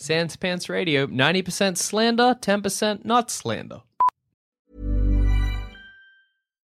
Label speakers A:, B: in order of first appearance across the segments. A: Sans Pants Radio, 90% slander, 10% not slander.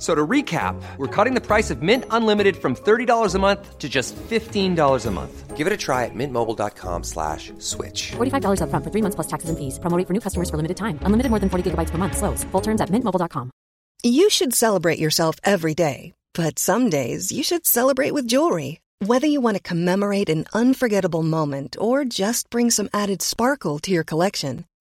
B: So to recap, we're cutting the price of Mint Unlimited from $30 a month to just $15 a month. Give it a try at mintmobile.com slash switch.
C: $45 upfront for three months plus taxes and fees. Promote for new customers for limited time. Unlimited more than 40 gigabytes per month. Slows. Full terms at mintmobile.com.
D: You should celebrate yourself every day, but some days you should celebrate with jewelry. Whether you want to commemorate an unforgettable moment or just bring some added sparkle to your collection,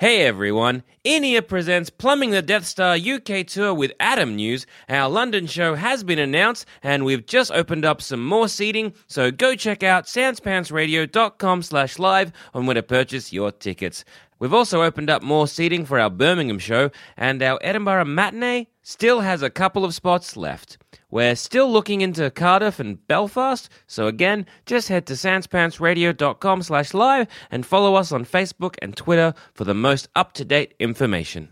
E: Hey everyone, Inia presents Plumbing the Death Star UK tour with Adam News. Our London show has been announced and we've just opened up some more seating, so go check out sanspantsradio.com slash live on where to purchase your tickets. We've also opened up more seating for our Birmingham show and our Edinburgh matinee still has a couple of spots left. We're still looking into Cardiff and Belfast, so again, just head to sanspantsradio.com slash live and follow us on Facebook and Twitter for the most up-to-date information.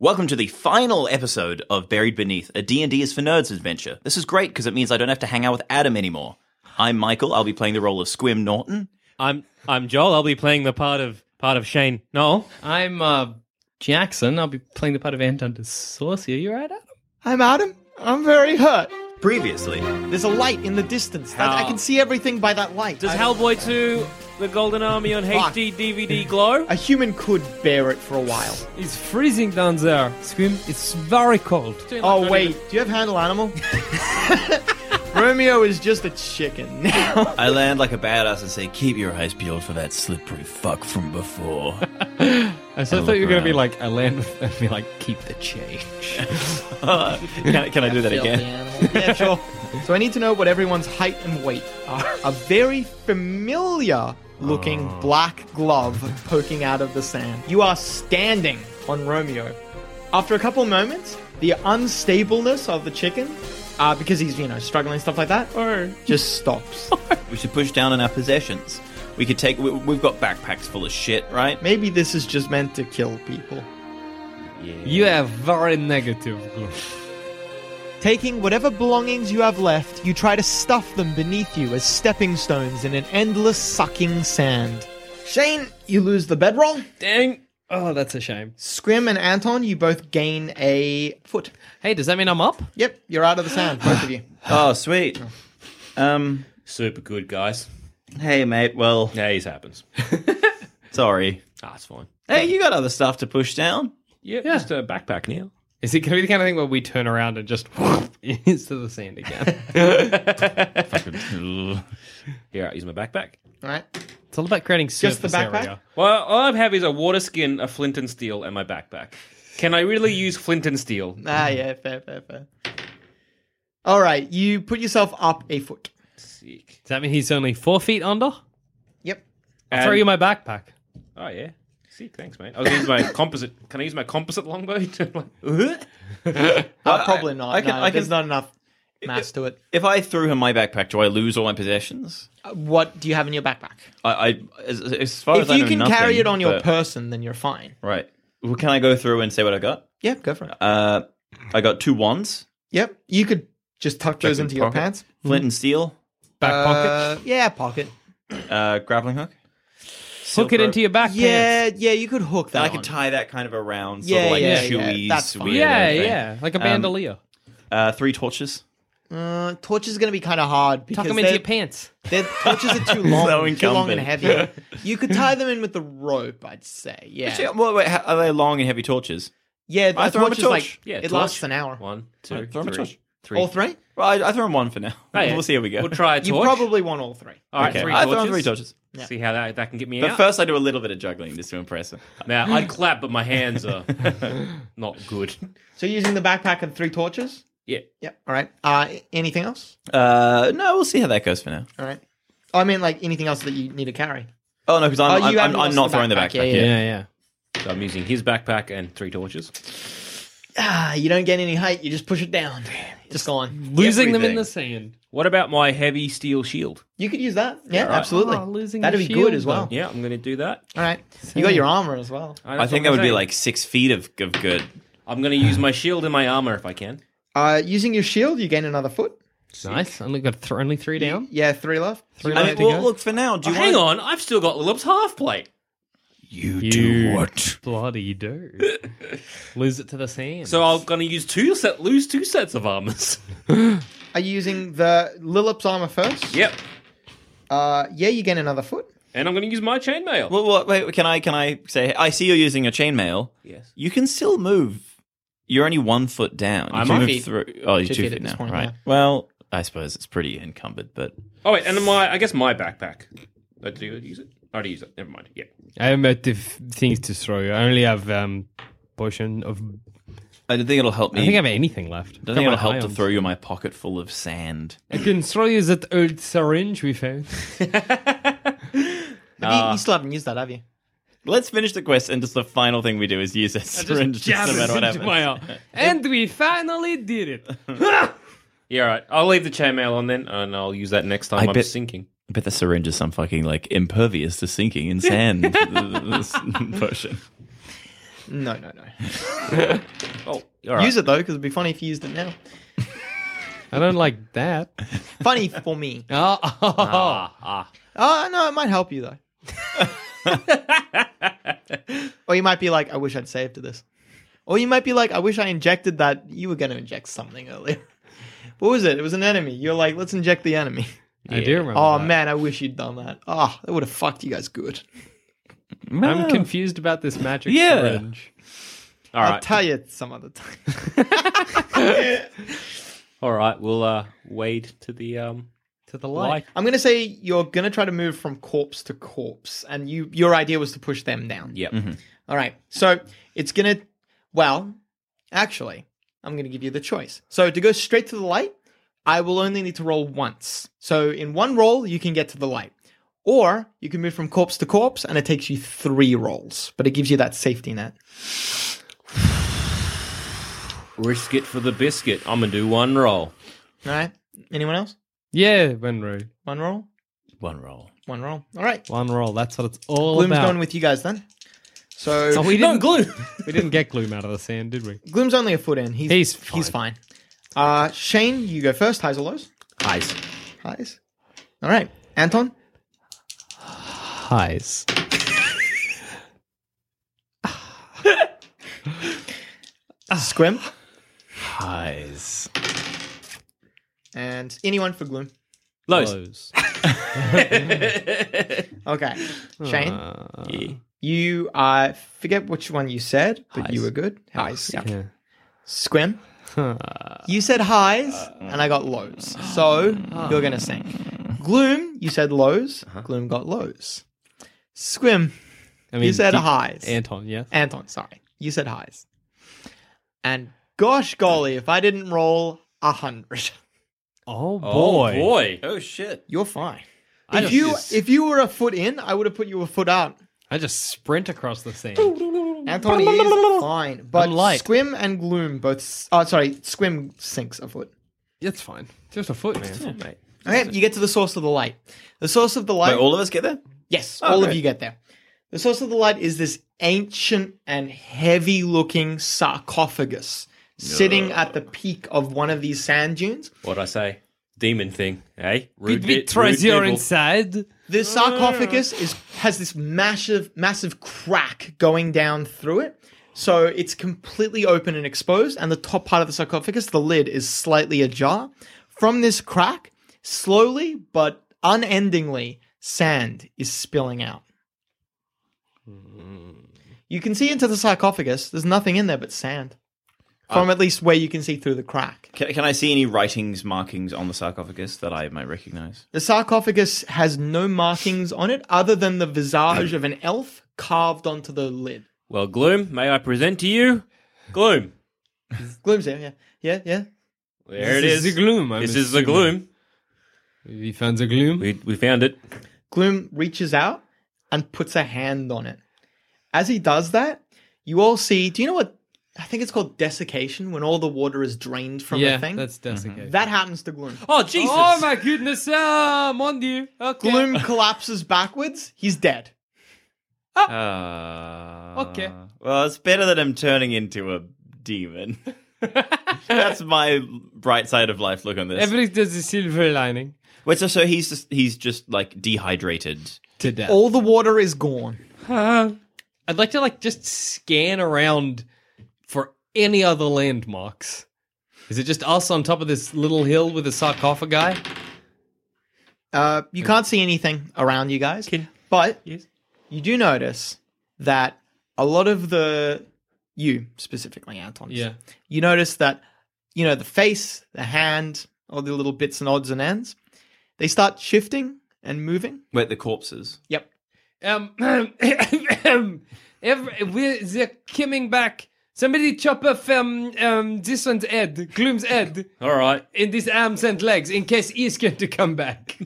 F: Welcome to the final episode of Buried Beneath, a D&D is for nerds adventure. This is great because it means I don't have to hang out with Adam anymore. I'm Michael, I'll be playing the role of Squim Norton.
G: I'm I'm Joel. I'll be playing the part of part of Shane. No,
A: I'm uh, Jackson. I'll be playing the part of Anton de Saucy. Are you right, Adam?
H: I'm Adam. I'm very hurt.
F: Previously,
H: There's a light in the distance. That, I can see everything by that light.
E: Does
H: I-
E: Hellboy 2, The Golden Army on
H: Fuck.
E: HD DVD glow?
H: A human could bear it for a while.
I: It's freezing down there. Scream, it's very cold.
H: Oh wait, do you have handle animal? Romeo is just a chicken now.
F: I land like a badass and say, keep your eyes peeled for that slippery fuck from before.
I: I so
F: I
I: thought you
F: look
I: were going to be
A: uh,
F: around.
I: like, I land with, and be like, keep the change.
F: can, can I do that again?
H: yeah, sure. So I need to know what everyone's height and weight are. A very familiar looking black glove poking out of the sand. You are standing on Romeo. After a couple moments, the unstableness of the chicken, uh, because he's, you know, struggling and stuff like that, or just stops.
F: We should push down on our possessions. We could take, we, we've got backpacks full of shit, right?
H: Maybe this is just meant to kill people.
I: You are very negative. Gloof.
H: Taking whatever belongings you have left, you try to stuff them beneath you as stepping stones in an endless sucking sand. Shane, you lose the bedroll.
G: Dang. Oh, that's a shame.
H: Scrim and Anton, you both gain a foot.
A: Hey, does that mean I'm up?
H: Yep, you're out of the sand, both of you.
F: Oh, sweet. Um,
E: Super good, guys.
F: hey, mate. Well,
E: Yeah, this happens.
F: sorry.
E: Ah, it's fine.
F: Hey, you got other stuff to push down.
E: Yeah, just a backpack now.
G: Is it going to be the kind of thing where we turn around and just into the sand again?
E: Here, I use my backpack.
H: All right.
A: It's all about creating surface
H: Just the backpack?
A: area.
E: Well, all I have is a water skin, a flint and steel, and my backpack. Can I really use flint and steel?
H: Ah, yeah, fair, fair, fair. All right, you put yourself up a foot.
E: Sick.
A: Does that mean he's only four feet under? I'll
H: Yep.
A: throw
E: And-
A: you my backpack.
E: Oh yeah. Sick. Thanks, mate. I was gonna use my composite. Can I use my composite longbow? Like,
H: Uh, probably not.
F: I can-
H: no,
F: I can-
H: there's not enough mass to it.
F: If I threw him my backpack, do I lose all my possessions?
H: Uh, What do you have in your backpack?
F: I, I as, as far
H: if
F: as I
H: you
F: know,
H: can
F: nothing,
H: carry it on your
F: but-
H: person, then you're fine.
F: right? Well, can I go through and say what I got?
H: Yeah, go for it.
F: Uh, I got two wands,
H: Yep. You could just tuck those into your
F: pocket.
H: pants.
F: flint and steel,
A: Back pocket.
H: Uh, yeah, pocket.
F: uh, grappling hook.
A: Hook it into your back
H: Yeah,
A: pants.
H: yeah, you could hook that.
F: Then I could
H: on.
F: tie that kind of around, sort
H: Yeah,
F: of like
H: yeah,
F: chewy,
H: yeah, that's fine.
F: weird.
A: Yeah,
F: thing.
A: yeah. Like a bandolier.
F: Uh, three torches.
H: Uh, torches are going to be kind of hard because
A: Tuck them into
H: they're-
A: your pants.
H: Their torches are too long,
F: So
H: too long and
F: incumbent.
H: heavy. You could tie them in with the rope, I'd say. Yeah,
F: Actually, well, wait, ha- are they long and heavy torches?
H: yeah. The
F: I throw 'em a
H: torch is like
F: torch.
E: Yeah,
H: it
E: torch.
H: lasts an hour.
E: One, two,
F: Alright, throw 'em a
E: three.
F: torch.
E: three.
H: All three?
F: Well, I, I throw them one for now.
E: Oh, yeah.
F: We'll see how we go.
E: We'll try a torch.
H: You probably want all three.
E: All right,
F: okay.
E: three
F: I
E: torches.
F: throw 'em three torches.
E: See how that, that can get me
F: But
E: out.
F: first, I do a little bit of juggling just to impress him.
E: now I'd clap, but my hands are not good.
H: So you're using the backpack and three torches.
E: Yeah.
H: Yep. All right. Uh, anything else?
F: Uh, no, we'll see how that goes for now.
H: All right. I mean, like anything else that you need to carry.
F: Oh no, because
H: Oh,
F: I'm,
H: you
F: I'm,
H: haven't
F: I'm, I'm
H: lost
F: not
H: the
F: throwing the
H: backpack.
F: backpack.
H: Yeah,
F: yet.
A: yeah.
E: So I'm using his backpack and three torches.
H: Ah, you don't get any height. You just push it down. Just gone.
A: Losing them in
F: Everything.
A: the sand.
E: What about my heavy steel shield?
H: You could use that. Yeah,
E: right.
H: absolutely.
A: Oh, losing
H: That'd
A: the
H: be good
A: shield,
H: as well.
E: Yeah, I'm going to do that.
H: All right. You got your armor as well.
F: I
E: Oh, that's
F: think that
E: what I'm
F: would be
E: saying.
F: like six feet of, of good.
E: I'm going to use my shield and my armor if I can.
H: Uh, using your shield, you gain another foot.
A: Nice. Only got th- only three down.
H: Yeah, three left. Three
F: I mean, well, look for now. Do you
E: Oh, Hang
F: want
E: on, I've still got Lilip's half plate.
A: You do what? Bloody do. Lose it to the sand.
E: So I'm going to use two set, lose two sets of armors.
H: Are you using the Lilip's armor first?
E: yep,
H: Uh, yeah, you gain another foot.
E: and I'm going to use my chainmail.
F: Well, well, wait, can I can I say I see you're using your chainmail.
E: yes.
F: You can still move. You're only one foot down. You
E: I'm
F: can
E: two
F: move
H: feet.
F: Through. Oh, you're
H: Two
F: two,
H: feet
F: feet,
H: at this
F: now,
H: point,
F: right?
H: yeah.
F: Well, I suppose it's pretty encumbered, but
E: Oh wait, and my I guess my backpack. I do use it. I already use it. Never mind. Yeah.
I: I am out of things to throw you. I only have um potion of.
F: I don't think it'll help
I: I
F: me.
I: don't think I have anything left.
F: I don't think
I: Got my
F: it'll help to
I: ions.
F: throw you my pocket full of sand.
I: I can throw you that old syringe we found.
H: Have you, you still haven't used that, have you?
F: Let's finish the quest, and just the final thing we do is use that syringe, just no matter what happens.
I: and we finally did it.
E: Yeah. All right. I'll leave the chainmail on then, and I'll use that next time I
F: I
E: am
F: bet-
E: sinking.
F: But the syringe is some fucking like impervious to sinking in sand. this potion.
H: No, no, no.
E: Oh, all right.
H: Use it though, because it'd be funny if you used it now.
I: I don't like that.
H: Funny for me.
I: Oh,
H: Oh no, it might help you though. or you might be like, I wish I'd saved to this. Or you might be like, I wish I injected that. You were going to inject something earlier. What was it? It was an enemy. You're like, let's inject the enemy.
I: I do remember.
H: Oh
I: that.
H: man, I wish you'd done that. Oh, that would have fucked you guys good.
I: I'm confused about this magic
F: Yeah.
I: syringe.
E: All
H: I'll
E: right.
H: tell you some other time.
E: all right. We'll uh, wade to the um
I: To the
E: light.
H: I'm gonna say you're gonna try to move from corpse to corpse, and you your idea was to push them down.
E: Yep.
F: Mm-hmm.
H: All right. So it's gonna. Well, actually, I'm gonna give you the choice. So to go straight to the light, I will only need to roll once. So in one roll, you can get to the light, or you can move from corpse to corpse, and it takes you three rolls, but it gives you that safety net.
E: Risk it for the biscuit. I'm gonna do one
H: All
E: roll.
H: right. Anyone else?
I: Yeah, one roll.
H: One roll.
F: One roll.
H: One roll. All right.
I: One roll. That's what it's all
H: Gloom's
I: about.
H: going with you guys then. So
I: Oh, we didn't,
E: glue.
I: we didn't get gloom out of the sand, did we?
H: Gloom's only a foot in. He's
I: He's
H: he's fine. Uh, Shane, you go first. Highs or lows?
G: Highs.
H: Highs. All right. Anton?
G: Highs.
H: Squim?
G: Highs.
H: And anyone for gloom?
G: Lows.
H: okay. Shane? You, I forget which one you said, but you were good. Highs. Yeah. Squim? you said highs, and I got lows. So you're going to sink. Gloom, you said lows. Gloom got lows. Squim, you said
G: the-
H: highs.
G: Anton, yeah.
H: Anton, sorry. You said highs. And gosh golly, if I didn't roll a hundred.
G: Oh
F: boy. boy. Oh, shit.
H: You're fine.
G: I
H: if
G: just-
H: you if you were a foot in, I would have put you a foot out.
G: I just sprint across the sand.
H: Anthony is fine, but
G: I'm light.
H: Squim and Gloom both. s- Oh, sorry, Squim sinks a foot.
G: It's fine. Just a foot, man.
H: Okay, you get to the source of the light. The source of the light.
F: Wait, all of us get there?
H: Yes,
F: Oh,
H: all of
F: great.
H: you get there. The source of the light is this ancient and heavy looking sarcophagus sitting at the peak of one of these sand dunes.
E: What'd I say? Demon thing, eh?
H: Bit- bit
E: rude
H: treasure
E: devil.
G: inside.
H: The sarcophagus is has this massive massive crack going down through it. So it's completely open and exposed, and the top part of the sarcophagus, the lid, is slightly ajar. From this crack, slowly but unendingly, sand is spilling out. You can see into the sarcophagus. There's nothing in there but sand. From at least where you can see through the crack.
F: Can, can I see any writings, markings on the sarcophagus that I might recognize?
H: The sarcophagus has no markings on it other than the visage of an elf carved onto the lid.
E: Well, Gloom, may I present to you? Gloom.
H: Gloom's there, yeah. Yeah, yeah.
E: There
G: This
E: it is.
G: is the gloom, I'm
E: This is the gloom.
G: We found the gloom.
E: We, we found it.
H: Gloom reaches out and puts a hand on it. As he does that, you all see. Do you know what? I think it's called desiccation when all the water is drained from
G: yeah,
H: a thing.
G: that's desiccated.
H: That happens to Gloom.
E: Oh, Jesus.
G: Mm-hmm. Oh my goodness, ah, mon dieu. Okay.
H: Gloom collapses backwards. He's dead.
F: Uh,
G: Okay.
F: Well, it's better than him turning into a demon. That's my bright side of life. Look on this.
G: Every there's a silver lining
F: Wait, so so he's just he's just like dehydrated.
G: to death.
H: All the water is gone.
G: I'd like to like just scan around for any other landmarks. Is it just us on top of this little hill with a sarcophagi?
H: Uh, you can't see anything around you guys, but you do notice that a lot of the you specifically, Anton.
G: Yeah.
H: you notice that you know the face, the hand, all the little bits and odds and ends, they start shifting and moving.
F: Wait, the corpses.
H: Yep.
G: Um, every, we're, they're coming back. Somebody chop off um, um, this one's head, Gloom's head,
E: All right.
G: in these arms and legs in case he's going to come back.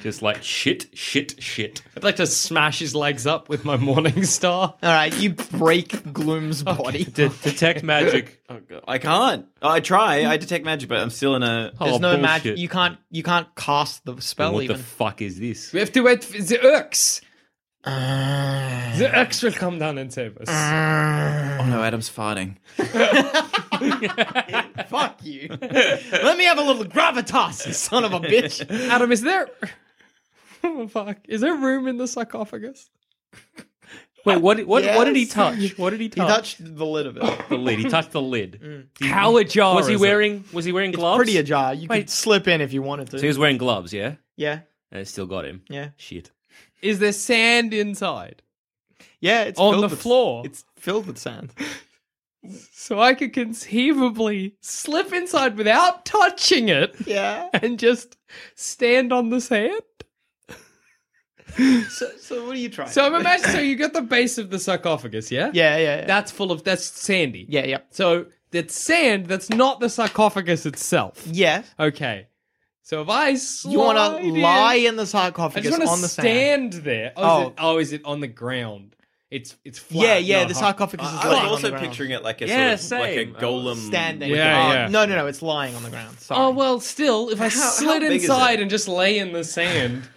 E: Just like shit, shit, shit.
G: I'd like to smash his legs up with my morning star.
H: All right, you break Gloom's body.
E: detect magic. Oh, God.
F: I can't. I try. I detect magic, but I'm still in a.
H: There's
E: Oh,
H: no magic.
E: bullshit.
H: You can't. You can't cast the spell
E: what
H: even.
E: the fuck is this?
G: We have to wait for the Urks. the Urks will come down and save us.
F: Oh no, Adam's farting.
H: Fuck you. Let me have a little gravitas, you son of a bitch.
G: Adam, is there. Oh, fuck. Is there room in the sarcophagus?
E: Wait, what, what, what did he
H: Yes.
E: touch? What did he
H: He
E: touch?
H: touched the lid of it.
E: the lid. He touched the lid.
G: How ajar.
E: Was he
G: is it?
E: wearing? Was he wearing gloves?
H: Pretty ajar. You could slip in if you wanted to.
E: So he was wearing gloves, yeah.
H: yeah,
E: And it Uh, still got him.
H: yeah,
E: Shit.
G: Is there sand inside?
H: yeah. It's
G: On
H: filled
G: the
H: with-
G: floor.
H: It's filled with sand.
G: So I could conceivably slip inside without touching it
H: Yeah.
G: and just stand on the sand?
H: So, so what are you trying?
G: So I'm imagining. so you got the base of the sarcophagus, yeah?
H: yeah, yeah, yeah.
G: That's full of. That's sandy.
H: yeah, yeah.
G: So that's sand. That's not the sarcophagus itself.
H: Yeah.
G: Okay. So if I slide
H: You want to
G: in-
H: lie in the
G: I
H: sarcophagus
G: just want
H: on
G: to
H: the sand.
G: stand there. Oh, Is
H: Oh.
G: it, oh, is it on the ground? It's it's flat.
H: Yeah, yeah.
G: not
H: The
G: hard.
H: sarcophagus is
F: I
H: lying
F: was
H: on the
F: also
H: ground.
F: picturing it like a
E: Yeah,
F: sort of, like a
E: same.
F: golem
H: standing.
G: Yeah,
H: Oh,
G: yeah.
H: No, no, no. It's lying on the ground. Sorry.
G: Oh well, still, if I
F: How- how
G: slid
F: big is
G: inside
F: it?
G: and just lay in the sand,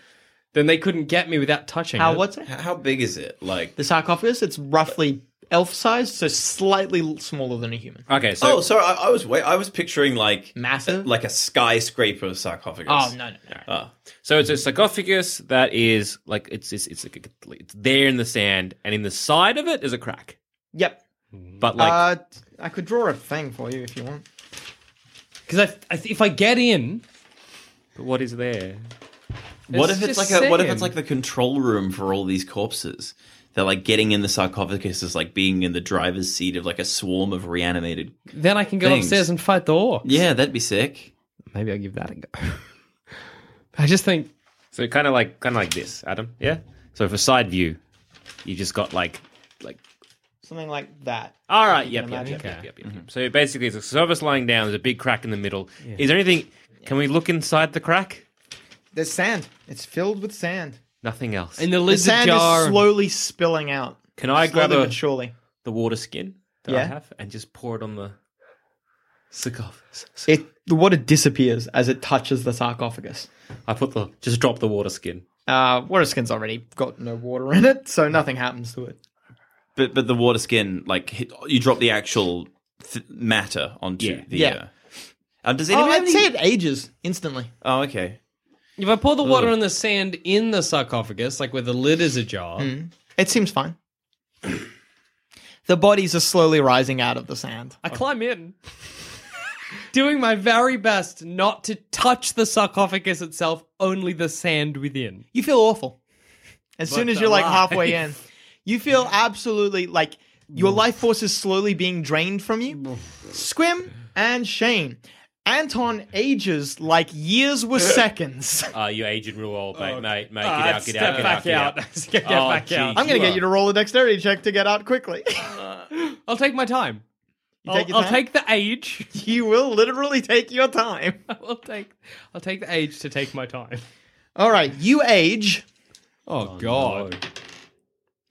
G: then they couldn't get me without touching
H: How?
G: it.
H: What's it?
F: How big is it? Like
H: The sarcophagus. It's roughly elf sized, so slightly l- smaller than a human.
E: Okay, so
F: oh, sorry, I, I was wait, I was picturing like
H: massive,
F: like a skyscraper sarcophagus.
H: Oh, no, no, no.
F: Ah.
E: So it's a sarcophagus that is like it's it's it's, like, it's there in the sand, and in the side of it is a crack.
H: Yep.
E: But like,
H: uh, I could draw a thing for you if you want.
G: Because I, I, if I get in,
E: but what is there?
F: What
G: It's
F: if it's like
G: just
F: a, what if
G: sand.
F: it's like the control room for all these corpses? They're like getting in the sarcophagus is like being in the driver's seat of like a swarm of reanimated.
G: then I can go
F: Things.
G: upstairs and fight the orcs.
F: Yeah, that'd be sick.
G: Maybe I'll give that a go. I just think
E: so kind of like kind of like this, Adam. Yeah. So for side view, you just got like like
H: Something like that.
E: all right, yep,
H: can
E: yep,
H: imagine.
E: yep, yep, yep, yep. So basically, it's a surface lying down. There's a big crack in the middle. Is there anything? Can we look inside the crack?
H: There's sand. It's filled with sand.
E: Nothing else.
G: in the lizard
H: the sand
G: jar.
H: is slowly spilling out.
E: Can I
H: slowly
E: grab a,
H: but surely?
E: the water skin that I
H: Yeah.
E: have and just pour it on the sarcophagus?
H: It the water disappears as it touches the sarcophagus.
E: I put the just drop the water skin.
H: Uh, water skin's already got no water in it, so nothing happens to it.
F: But but the water skin like hit, you drop the actual th- matter onto
E: Yeah.
F: the.
H: Yeah.
F: Uh, um, does
H: Oh,
F: anyone?
H: I'd
F: have any-
H: say it ages instantly.
F: oh, okay.
G: if I pour the water
F: Ugh.
G: and the sand in the sarcophagus, like where the lid is ajar,
F: Hmm.
H: It seems fine. the bodies are slowly rising out of the sand.
G: I climb in, doing my very best not to touch the sarcophagus itself, only the sand within.
H: You feel awful. As
G: But
H: soon as
G: the
H: you're like
G: life-
H: halfway in, you feel absolutely like your life force is slowly being drained from you. Squim and Shane. Anton ages like years were seconds.
E: Uh, you agent rule, old mate, mate, mate. Get
G: Ah,
E: out, get out,
G: step
E: get
G: back
E: out, get out.
G: Get
E: Oh,
G: back out.
E: gee.
H: I'm going to get you to roll a dexterity check to get out quickly.
G: I'll take my time.
H: You
G: I'll,
H: take your
G: I'll
H: time?
G: take the age.
H: you will literally take your time.
G: I'll take. I'll take the age to take my time.
H: All right, you age
G: Oh, God,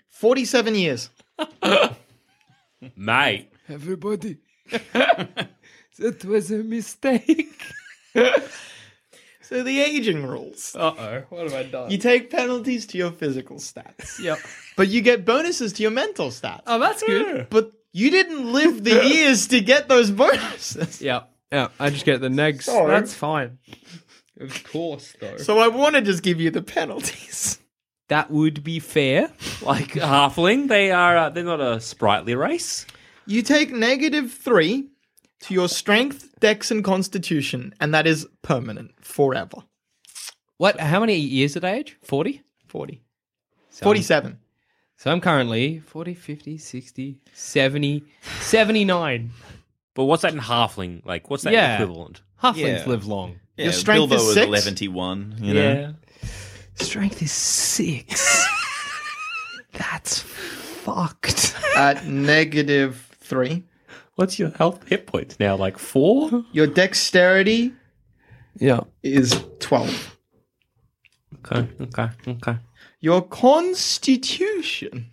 H: 47 years.
E: mate.
G: everybody, that was a mistake.
H: So the aging rules.
G: Uh oh, what have I done?
H: You take penalties to your physical stats,
G: yep.
H: but you get bonuses to your mental stats.
G: Oh, that's good.
H: But you didn't live the years to get those bonuses.
G: Yeah, yeah. I just get the negs.
H: Sorry.
G: That's fine. Of course, though.
H: So I want to just give you the penalties.
G: that would be fair.
E: Like halfling, they are. Uh, they're not a sprightly race.
H: You take negative three to your strength, dex, and constitution, and that is permanent forever.
G: What? How many years at age? Forty.
H: 40.
G: So I'm-
H: 47.
G: So I'm currently 40, 50, 60, 70, 79.
E: But what's that in halfling? Like, what's that
G: Yeah.
E: equivalent?
G: Halflings
F: Yeah.
G: live long.
F: Yeah,
H: Your strength
F: Bilbo
H: is
F: was
H: six?
F: eleventy-one. You know.
G: Strength is six. That's fucked.
H: At negative three.
E: What's your health hit points now? Like four?
H: Your dexterity
G: Yeah.
H: is 12.
E: Okay, okay, okay.
H: Your constitution.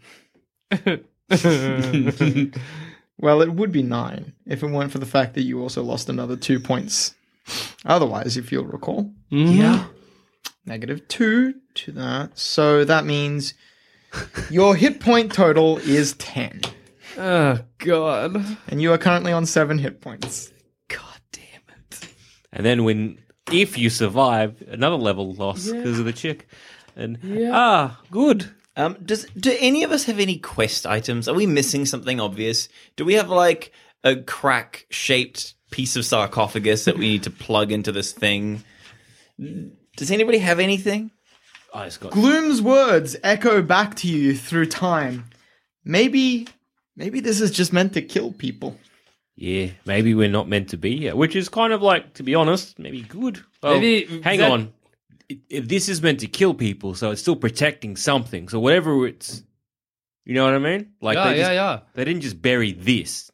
H: Well, it would be nine if it weren't for the fact that you also lost another two points. Otherwise, if you'll recall,
G: Yeah.
H: negative two to that. So that means your hit point total is 10.
G: Oh god. God
H: And you are currently on seven hit points.
G: damn it.
E: And then when, if you survive, another level loss because of the chick. And ah, good.
F: Um, does do any of us have any quest items? Are we missing something obvious? Do we have like a crack shaped piece of sarcophagus that we need to plug into this thing? Does anybody have anything?
E: I just got.
H: Gloom's words echo back to you through time. Maybe, maybe this is just meant to kill people.
E: Yeah, maybe we're not meant to be here, which is kind of like, to be honest, maybe good. Well,
G: Maybe
E: hang
G: that-
E: on. It- If this is meant to kill people, so it's still protecting something. So whatever it's, you know what I mean? Like
G: yeah,
E: they,
G: yeah,
E: just,
G: yeah.
E: they didn't just bury this,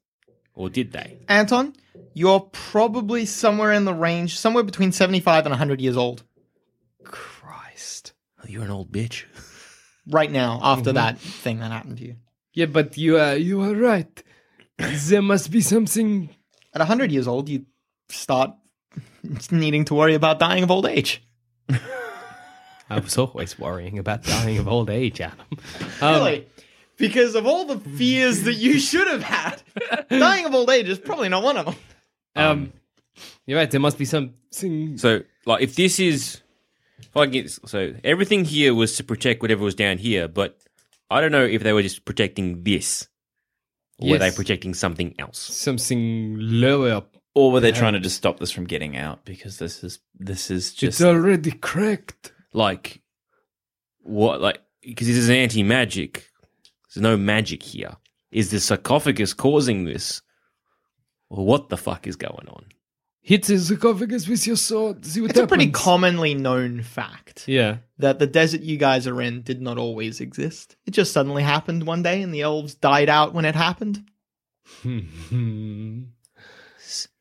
E: or did they?
H: Anton, you're probably somewhere in the range, somewhere between 75 and 100 years old
G: Christ.
E: Oh, you're an old bitch.
H: right now after that thing that happened to you.
G: Yeah, but you are you are right. There must be something
H: At 100 years old, you start needing to worry about dying of old age.
G: Um, I was always worrying about dying of old age, Adam.
H: really? because of all the fears that you should have had. Dying of old age is probably not one of them.
G: Um, you're right. There must be some. Sing.
E: So, like, if this is, if I get, so everything here was to protect whatever was down here, but I don't know if they were just protecting this, or were they
G: Yes.
E: protecting something else?
G: Something lower up.
F: Or were they
G: Yeah.
F: trying to just stop this from getting out? Because this is this is
I: It's
F: just
I: already cracked.
E: Like, what? Like, because this is anti magic. There's no magic here. Is the sarcophagus causing this? Or what the fuck is going on?
I: Hit the sarcophagus with your sword. See what
H: It's a pretty
I: happens.
H: commonly known fact
G: Yeah.
H: that the desert you guys are in did not always exist. It just suddenly happened one day, and the elves died out when it happened.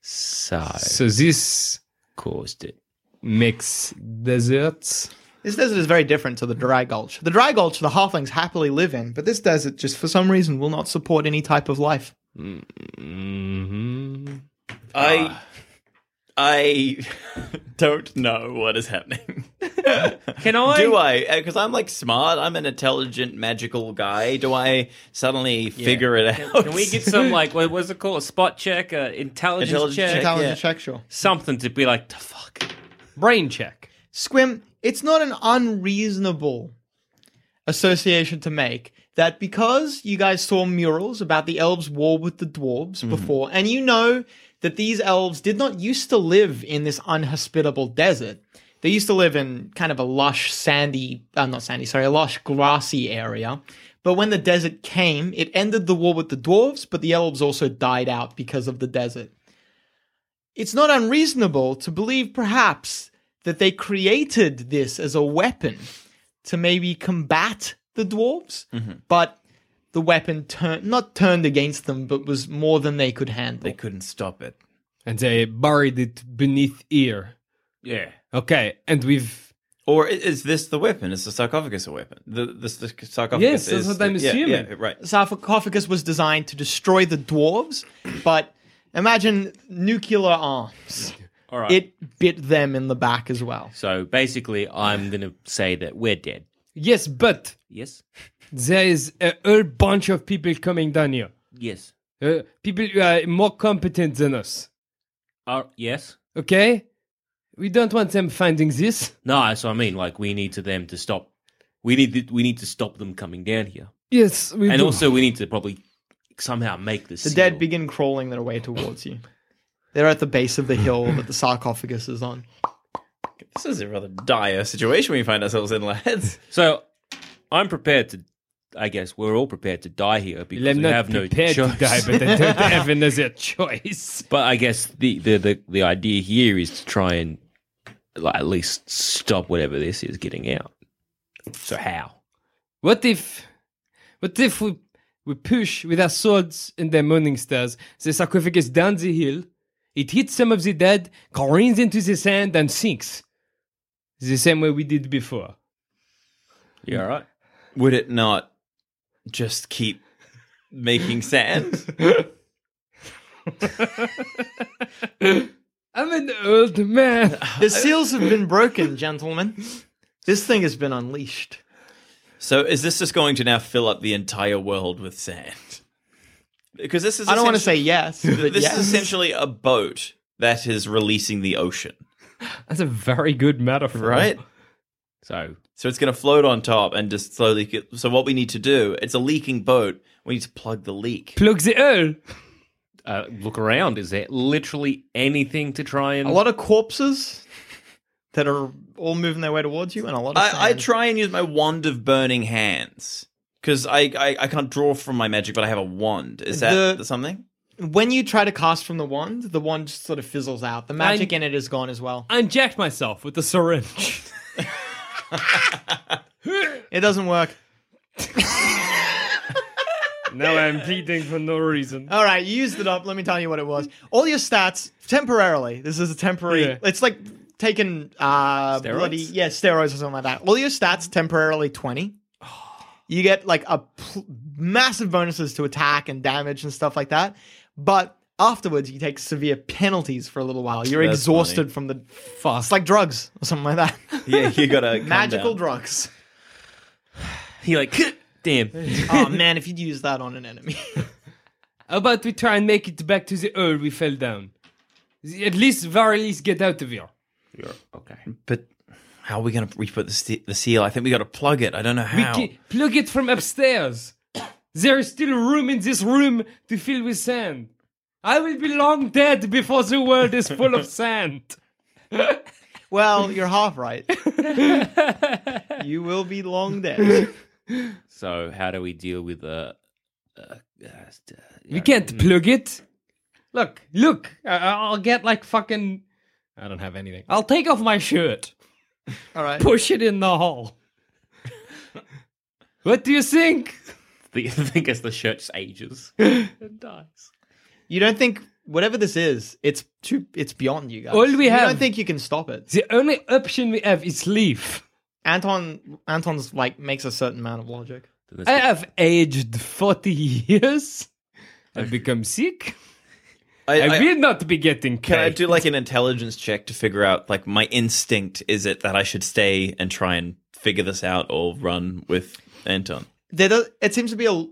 E: So,
I: So this
E: caused it.
I: Makes deserts.
H: This desert is very different to the dry gulch. The dry gulch the halflings happily live in, but this desert just for some reason will not support any type of life.
I: Mm-hmm.
F: I I don't know what is happening.
E: Can I?
F: Do I? Because I'm like smart. I'm an intelligent, magical guy. Do I suddenly figure it
E: Can,
F: out?
E: can we get some like what was it called? A spot check, a intelligence,
F: Intelligence
E: check,
F: check,
H: Intelligence check, sure.
E: something to be like the fuck.
G: Brain check.
H: Squim, it's not an unreasonable association to make that because you guys saw murals about the elves' war with the dwarves before, and you know that these elves did not used to live in this unhospitable desert. They used to live in kind of a lush, sandy, uh, not sandy, sorry, a lush, grassy area. But when the desert came, it ended the war with the dwarves, but the elves also died out because of the desert it's not unreasonable to believe perhaps that they created this as a weapon to maybe combat the dwarves, but the weapon turned not turned against them, but was more than they could handle. They
F: couldn't stop it.
I: And they buried it beneath ear.
F: Yeah.
I: Okay, and we've.
F: Or i- is this the weapon? Is the sarcophagus a weapon? The, this the sarcophagus.
I: Yes, that's
F: is-
I: what I'm
F: yeah,
I: assuming.
F: yeah, right.
H: Sarcophagus was designed to destroy the dwarves, but imagine nuclear arms.
E: All right.
H: It bit them in the back as well.
E: So basically, I'm gonna say that we're dead.
I: Yes, but
E: Yes.
I: there is a whole bunch of people coming down here.
E: Yes.
I: Uh, people who are more competent than us.
E: Uh, yes.
I: Okay? We don't want them finding this.
E: No, that's what I mean. Like we need to them to stop. We need to, we need to stop them coming down here,
I: Yes, we
E: and
I: do.
E: also we need to probably somehow make this.
H: The dead begin crawling their way towards you. They're at the base of the hill that the sarcophagus is on.
F: This is a rather dire situation we find ourselves in, lads.
E: So I'm prepared to. I guess we're all prepared to die here because
I: I'm
E: we
I: not
E: have no
I: prepared
E: choice.
I: to die, but I don't have another choice.
E: But I guess the, the, the, the idea here is to try and like, at least stop whatever this is getting out. So how?
I: What if, what if we we push with our swords and their morning stars the sarcophagus down the hill? It hits some of the dead, careens into the sand, and sinks. The same way we did before.
E: You all right?
F: Would it not just keep making sand?
I: I'm an old man.
H: The seals have been broken, gentlemen. This thing has been unleashed.
F: so is this just going to now fill up the entire world with sand? Because this is
H: I don't want to say
F: essentially-
H: yes, but
F: this
H: yes.
F: is essentially a boat that is releasing the ocean,
I: That's a very good metaphor,
F: right?
E: So
F: So it's going to float on top and just slowly get. So what we need to do? It's a leaking boat. We need to plug the leak.
I: Plug the hole.
E: uh, look around. Is there literally anything to try and?
H: a lot of corpses that are all moving their way towards you, and a lot of
F: I, I
H: sand.
F: try and use my wand of burning hands because I, I I can't draw from my magic, but I have a wand. Is that
H: The-
F: something?
H: when you try to cast from the wand, the wand just sort of fizzles out. The magic in it is gone as well.
I: I inject myself with the syringe.
H: It doesn't work.
I: now I'm bleeding for no reason.
H: All right, you used it up. Let me tell you what it was. All your stats temporarily. This is a temporary.
I: Yeah.
H: It's like taking uh, bloody yeah steroids or something like that. All your stats temporarily twenty. You get like a pl- massive bonuses to attack and damage and stuff like that, but afterwards you take severe penalties for a little while. You're
F: That's
H: exhausted
F: funny.
H: from the fast, like drugs or something like that.
F: Yeah, you gotta calm
H: Magical
F: down.
H: drugs.
E: He like Damn.
H: oh man, if you'd use that on an enemy.
I: How about we try and make it back to the hole we fell down? At least Varys get out of here.
F: Yeah, okay. But how are we going to re-put the, ste- the seal? I think we got to plug it. I don't know
I: We
F: how.
I: can plug it from upstairs. There is still room in this room to fill with sand. I will be long dead before the world is full of sand.
H: well, you're half right. you will be long dead.
E: So how do we deal with uh, uh, uh,
I: We can't plug it. Look, look, I- I'll get like fucking. I don't have anything. I'll take off my shirt.
H: All right.
I: Push it in the hole. what do you think?
F: I think it's the shirt's ages.
H: You don't think whatever this is, it's too it's beyond you guys.
I: All we
H: you
I: have-
H: don't think you can stop it.
I: The only option we have is leave.
H: Anton Anton's like makes a certain amount of logic.
I: I have aged 40 years. I've become sick.
F: I,
I: I will not be getting
F: Can I
I: cake.
F: do like an intelligence check to figure out like my instinct? Is it that I should stay and try and figure this out or run with Anton?
H: There does, it seems to be a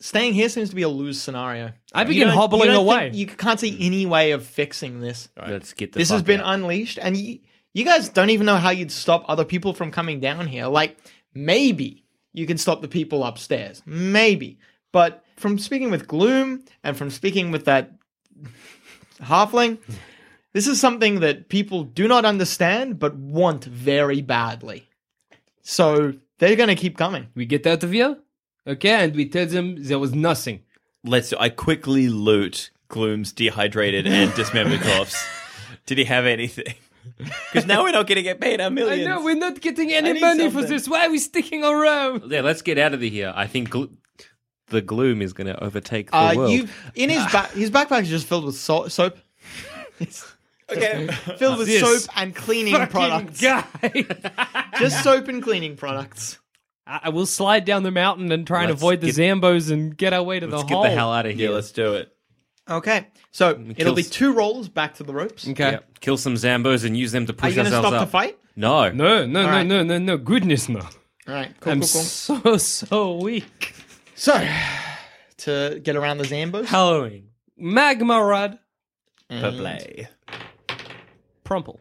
H: staying here seems to be a lose scenario.
I: I
H: You
I: begin
H: don't- you
I: hobbling
H: don't think-
I: away.
H: you can't see any way of fixing this.
E: Let's get
H: this has been unleashed, and you, you guys don't even know how you'd stop other people from coming down here. Like maybe you can stop the people upstairs, maybe. But from speaking with Gloom and from speaking with that halfling, this is something that people do not understand but want very badly. So they're going to keep coming.
I: We get out of here, okay, and we tell them there was nothing.
F: Let's. I quickly loot Gloom's dehydrated and dismembered corpse. Did he have anything? Because now we're not going to get paid our
I: I
F: millions.
I: know, we're not getting
F: I
I: any
F: need
I: money for
F: something.
I: this. Why are we sticking around?
E: Yeah, let's get out of here. I think gl- the gloom is going to overtake the
H: Uh,
E: world.
H: you in his back, his backpack is just filled with so- soap. It's
F: okay,
H: filled with
I: This
H: soap and cleaning
I: fucking
H: products.
I: guy.
H: Just soap and cleaning products.
I: I I will slide down the mountain and try and
E: Let's
I: avoid the
E: get-
I: Zambos and get our way to
E: Let's
I: the
E: get
I: hole.
E: the hell out of
F: Yeah,
E: here.
F: let's do it.
H: Okay, so it'll
E: kills-
H: be two rolls back to the ropes.
I: Okay.
E: Yep. Kill some Zambos and use them to
H: Are
E: push
H: you going to
E: ourselves
H: stop
E: up.
H: to fight?
E: No.
I: No, no, no,
H: right.
I: no, no, no. Goodness, no.
H: All right, cool,
I: I'm
H: cool, cool.
I: so, so weak.
H: So to get around the Zambos,
I: Halloween. Magma Rod.
F: Play.
I: Prumple.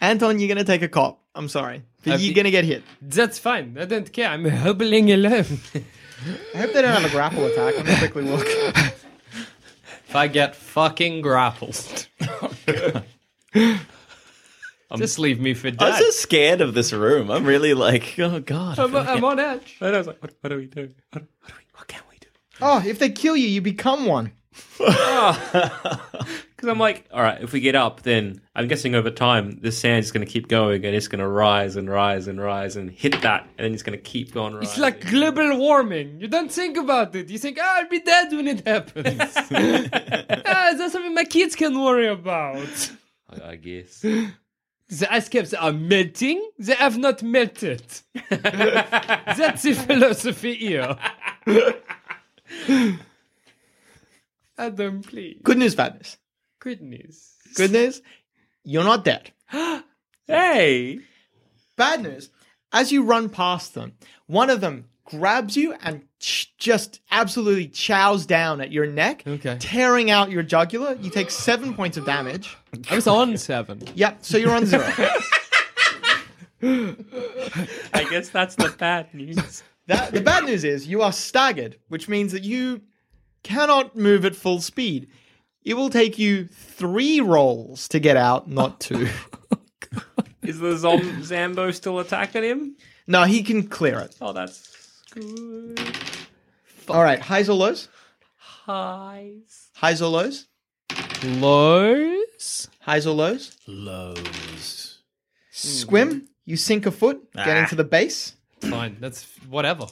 H: Anton, you're going to take a cop. I'm sorry, but
I: Uh,
H: you're
I: the-
H: going to get hit.
I: That's fine. I don't care. I'm hobbling alone.
H: I hope they don't have a grapple attack. Let me quickly look.
I: if I get fucking grappled. Just leave me for
F: I'm
I: dead.
F: so scared of this room. I'm really like, oh god. I
I: I'm,
F: feel like
I: I'm on edge.
E: And I was like, what, what do we do? What, what, do we, what can we do?
H: Oh, if they kill you, you become one.
E: Because I'm like, all right, if we get up, then I'm guessing over time the sand's going to keep going and it's going to rise and rise and rise and hit that, and then it's going to keep going.
I: It's like global warming. You don't think about it. You think, oh, I'll be dead when it happens. Ah, that's something my kids can worry about.
E: I, I guess.
I: The ice caps are melting. They have not melted. That's the philosophy here. Adam, please.
H: Good news, bad news.
I: Goodness.
H: Good news, you're not dead.
E: hey,
H: Bad news, as you run past them, one of them grabs you and ch- just absolutely chows down at your neck,
I: Okay.
H: tearing out your jugular. You take seven points of damage.
I: I was on seven.
H: Yep, so you're on zero.
E: I guess that's the bad news.
H: that, the bad news is you are staggered, which means that you cannot move at full speed. It will take you three rolls to get out, not two.
E: Is the Zom- Zambo still attacking him?
H: no, he can clear it.
E: Oh, that's good.
H: All right, highs or lows?
E: Highs.
H: Highs or lows?
I: Lows.
H: Highs or lows?
F: lows.
H: Squim, you sink a foot, getting to the base.
I: Fine. That's whatever.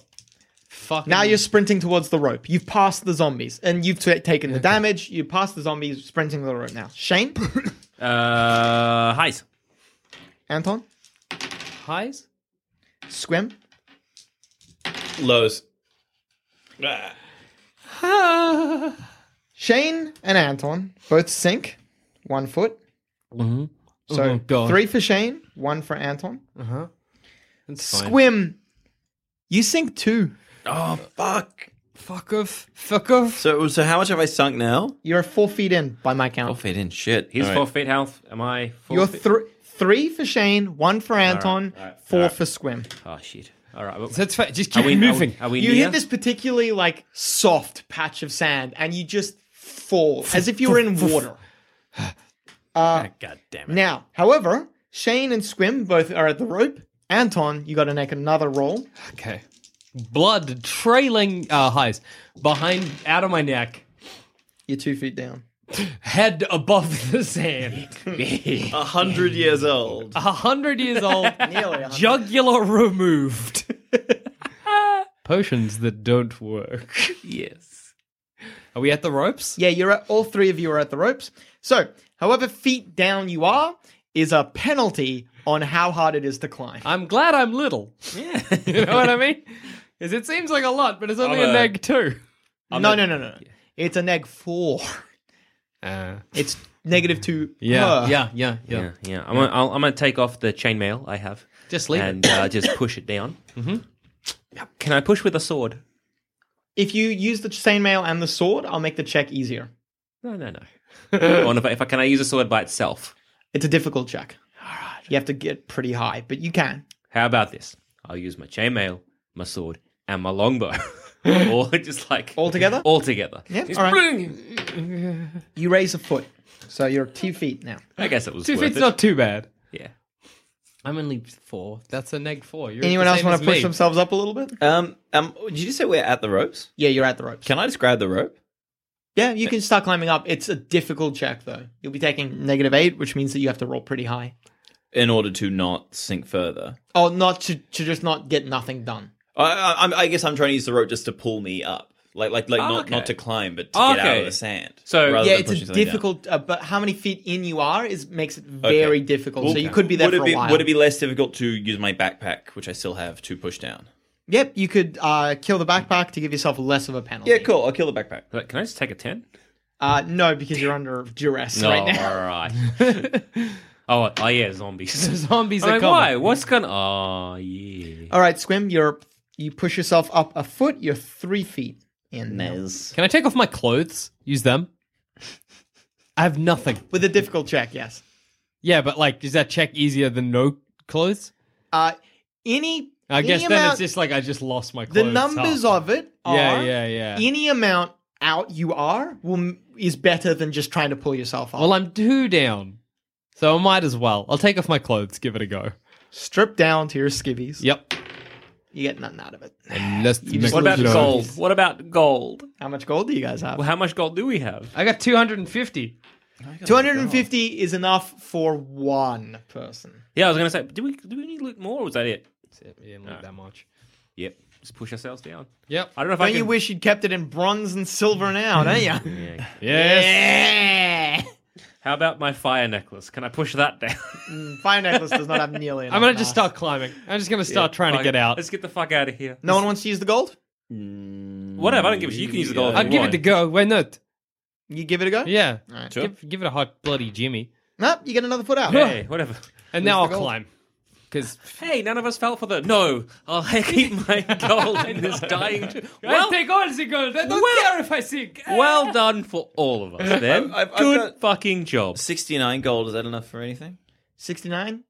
I: Fuck.
H: Now you're sprinting towards the rope. You've passed the zombies, and you've t- taken the damage. You passed the zombies, sprinting to the rope now. Shane,
E: Uh, highs.
H: Anton,
I: highs.
H: Squim,
F: Lows.
H: Shane, and Anton both sink one foot. So
I: Oh, God.
H: three for Shane, one for Anton.
I: Uh huh. Uh-huh. That's fine.
H: Squim, you sink two.
F: Oh fuck!
H: Fuck off! Fuck off!
F: So so how much have I sunk now?
H: You're four feet in by my count.
F: Four feet in. Shit.
E: He's
F: All right.
E: four feet health. Am I? Four
H: You're
E: feet?
H: three, three for Shane, one for
E: right,
H: Anton,
E: all right,
H: four
E: all right.
H: for Squim.
E: Oh shit! All right. well-
H: That's fine. Just
E: Are
H: keep
E: we-
H: moving.
E: Are we, are we
H: you
E: near?
H: hit this particularly like soft patch of sand, and you just fall as if you were in water. Uh,
E: God damn it!
H: now, however, Shane and Squim both are at the rope. Anton, you got to make another roll.
G: Okay. Blood trailing uh, highs behind out of my neck.
H: You're two feet down.
G: Head above the sand.
F: A hundred years old.
G: A hundred years old.
H: Nearly.
G: jugular removed. Potions that don't work.
E: Yes.
G: Are we at the ropes?
H: Yeah, you're at, all three of you are at the ropes. So, however feet down you are, is a penalty on how hard it is to climb.
G: I'm glad I'm little. you know what I mean? Because it seems like a lot, but it's only a,
H: a-
G: neg two.
H: no, no, no, no. It's a neg four. It's negative two. per.
G: yeah,
E: Uh. yeah, yeah. I'm, Gonna, I'll, I'm gonna take off the chainmail I have.
G: Just leave it.
E: and uh, just push it down.
G: Mm-hmm.
E: Can I push with a sword?
H: If you use the chain mail and the sword, I'll make the check easier.
E: No, no, no. or if I, if I can, I use a sword by itself.
H: It's a difficult check. You have to get pretty high, but you can.
E: How about this? I'll use my chainmail, my sword, and my longbow. all just like
H: all together.
E: All together.
H: Yeah,
E: Just
H: all right.
G: Yeah.
H: You raise a foot, so you're two feet now.
E: I guess it was
G: Two
E: worth
G: feet's
E: it.
G: not too bad.
E: Yeah.
G: I'm only four. That's a neg four. You're
H: Anyone
G: the
H: else
G: same
H: want
G: as
H: to push
G: me.
H: themselves up a little bit?
F: Um um. Did you say we're at the ropes?
H: Yeah, you're at the ropes.
F: Can I just grab the rope?
H: Yeah, you can start climbing up. It's a difficult check though. You'll be taking negative eight, which means that you have to roll pretty high.
F: in order to not sink further.
H: Oh, not to, to just not get nothing done.
F: I, I, I'm- I guess I'm trying to use the rope just to pull me up, like like like not
E: Okay.
F: not to climb, but to get out
E: Okay.
F: of the sand.
E: So-
F: rather
H: yeah,
F: than
H: it's
F: pushing
H: a
F: something down.
H: difficult. Uh, but how many feet in you are is makes it
F: Okay.
H: very difficult.
F: Well,
H: so you could be there
F: would
H: for a
F: it be,
H: while.
F: Would it be less difficult to use my backpack, which I still have, to push down?
H: Yep, you could uh, kill the backpack to give yourself less of a penalty.
F: Yeah, cool. I'll kill the backpack.
E: But Can I just take a ten?
H: Uh, no, because you're under duress right now.
E: all right. oh, oh yeah, zombies.
G: The zombies
E: I'm
G: are
E: like,
G: coming.
E: why? What's gonna? Oh yeah.
H: All right, Squim, you're you push yourself up a foot. You're three feet in now.
G: Can I take off my clothes? Use them? I have nothing.
H: with a difficult check. Yes.
G: Yeah, but like, is that check easier than no clothes?
H: Uh, any.
G: I guess
H: any
G: then
H: amount,
G: it's just like I just lost my
H: the
G: clothes.
H: numbers
G: Huh.
H: of it. Are,
G: Yeah, yeah, yeah.
H: Any amount out you are will is better than just trying to pull yourself up.
G: Well, I'm two down, so I might as well. I'll take off my clothes, give it a go.
H: Strip down to your skivvies.
G: Yep.
H: You get nothing out of it.
G: And let's
H: You
G: make
H: just
E: What about
G: it go.
E: gold? What about gold?
H: How much gold do you guys have?
E: Well, how much gold do we have?
G: I got 250.
H: 250 is enough for one person.
E: Yeah, I was gonna say, do we do we need loot more? or Was that it?
G: We didn't loot that much.
E: Yep. Just push ourselves down.
G: Yep.
E: I don't know if
H: Don't
E: I can.
H: you wish you'd kept it in bronze and silver now, don't you?
E: Yeah.
G: Yes.
H: Yeah.
E: How about my fire necklace? Can I push that down?
H: Fire necklace Mm, does not have nearly enough.
G: I'm going to just
H: mass.
G: start climbing. I'm just going to start trying to
E: Fuck,
G: get out.
E: Let's get the fuck out of here.
H: No one wants to use the gold?
E: Whatever. I don't give a shit. You can use the gold. if
G: Mm, I'll
E: you
G: give
E: want.
G: it a go. Why not?
H: You give it a go?
G: Yeah.
H: Alright.
G: Give, give it a hot bloody Jimmy.
H: Nope, you get another foot out.
E: Hey, whatever.
G: And now I'll
H: the gold?
G: climb. Because
E: Hey, none of us fell for the. No, I'll keep my gold in this dying. T- well,
G: I take all the gold. I don't
E: Well-
G: care if I sink.
E: well done for all of us. Then
F: I've- I've
E: good
F: got-
E: fucking job.
F: Sixty-nine gold is that enough for anything?
H: 69?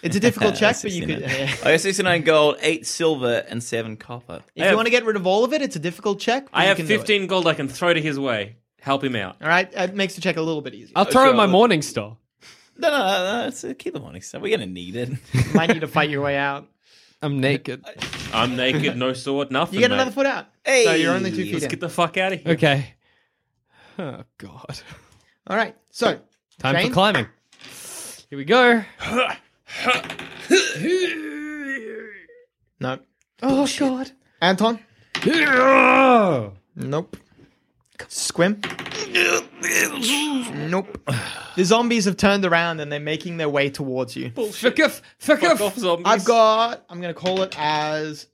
H: It's a difficult check, but you could.
F: 69. I got sixty-nine gold, eight silver, and seven copper.
H: If
E: have-
H: you want to get rid of all of it, it's a difficult check. but
E: I
H: you
E: have
H: can do it.
E: fifteen gold. I can throw to his way. Help him out.
H: All right, that makes the check a little bit easier.
G: I'll throw
F: sure,
G: my
F: I'll-
G: morning star.
F: No, no, no, no it's, uh, keep them on. except We're gonna need it.
H: Might need to fight your way out.
G: I'm naked.
E: I'm naked, no sword, nothing.
H: You get
E: mate.
H: another foot out. so you're only two feet
E: Let's
H: in.
E: get the fuck out of here.
G: Okay. Oh God.
H: All right, so
G: Time
H: Shane?
G: for climbing. Here we go.
H: no.
G: Oh God.
H: Anton,
G: Oh.
H: Nope. Squim? nope. The zombies have turned around and they're making their way towards you.
G: Fuck off. Fuck
E: Fuck
G: off.
E: off, zombies.
H: I've got, I'm going to call it as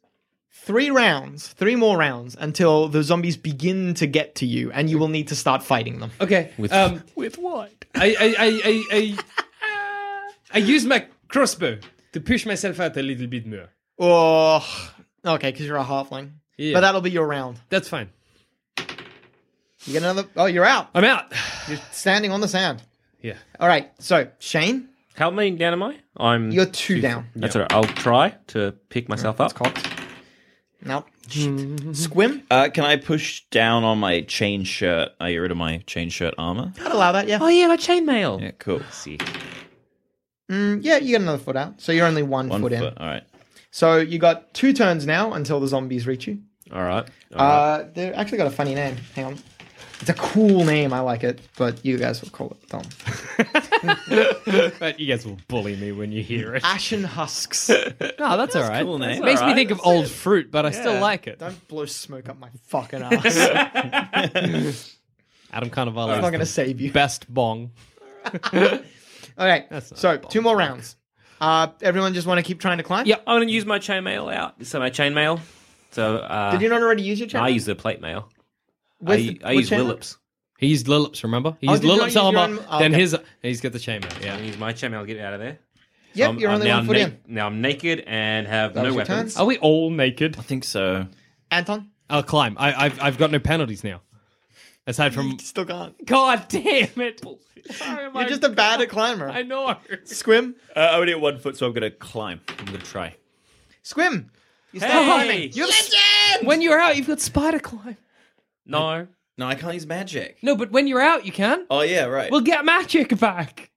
H: three rounds, three more rounds until the zombies begin to get to you and you will need to start fighting them.
G: Okay. um.
E: with what?
G: I I I I I, I use my crossbow to push myself out a little bit more.
H: Oh, okay, because you're a halfling. But that'll be your round.
G: That's fine.
H: You get another. Oh, you're out.
G: I'm out.
H: You're standing on the sand.
G: Yeah.
H: All right. So Shane,
E: how many down am I? I'm.
H: You're two down.
E: That's all right. I'll try to pick myself up.
H: No. Squim.
F: Uh, can I push down on my chain shirt? I get rid of my chain shirt armor.
H: I'd allow that. Yeah.
E: Oh yeah, my chainmail.
F: Yeah, cool.
E: See,
H: Mm, yeah. You get another foot out. So you're only one,
F: one
H: foot, in.
F: All right.
H: So you got two turns now until the zombies reach you.
E: All right.
H: Uh, they have actually got a funny name. Hang on. It's a cool name. I like it, but you guys will call it dumb.
G: But you guys will bully me when you hear it.
H: Ashen husks.
G: No, that's, all right.
F: cool name.
G: It makes
F: All
G: me
F: right,
G: think of old fruit, but I still
H: Yeah.
G: like it.
H: Don't blow smoke up my fucking ass.
G: Adam
H: I'm not
G: Carnivale
H: going to save you.
G: best bong.
H: All right. So two more rounds. Uh, everyone just want to keep trying to climb.
E: Yeah, I'm gonna use my chainmail out. So my chainmail. So uh,
H: Did you not already use your chain?
E: I use the plate mail. I,
H: Where's the-
E: I
H: what
E: use
H: chain-
E: Willips.
G: He used Lillips, remember? He
H: Oh,
G: used
H: did you not
G: Lillips
H: use your
G: armor,
H: own- oh,
G: then
H: okay.
G: his he's got the chainmail.
E: I
G: Yeah.
E: use my chainmail to get out of there.
H: Yep,
E: I'm-
H: you're
E: I'm
H: only
E: now
H: one foot
E: na-
H: in.
E: Now I'm naked and have
H: That
E: no
H: was your
E: weapons.
H: turn.
G: Are we all naked?
F: I think so.
H: Anton,
G: I'll climb. I, I've I've got no penalties now, aside from.
H: still can't.
G: God damn it! Sorry,
H: You're just a bad at climber.
G: I know.
H: Squim,
F: Uh, I'm only at one foot, so I'm gonna climb. I'm gonna try.
H: squim. You're still
E: Hey!
H: climbing. You have
G: When you're out, you've got spider climb.
H: Oh,
E: No.
F: No, I can't use magic.
G: No, but when you're out, you can.
F: Oh yeah, right.
G: We'll get magic back.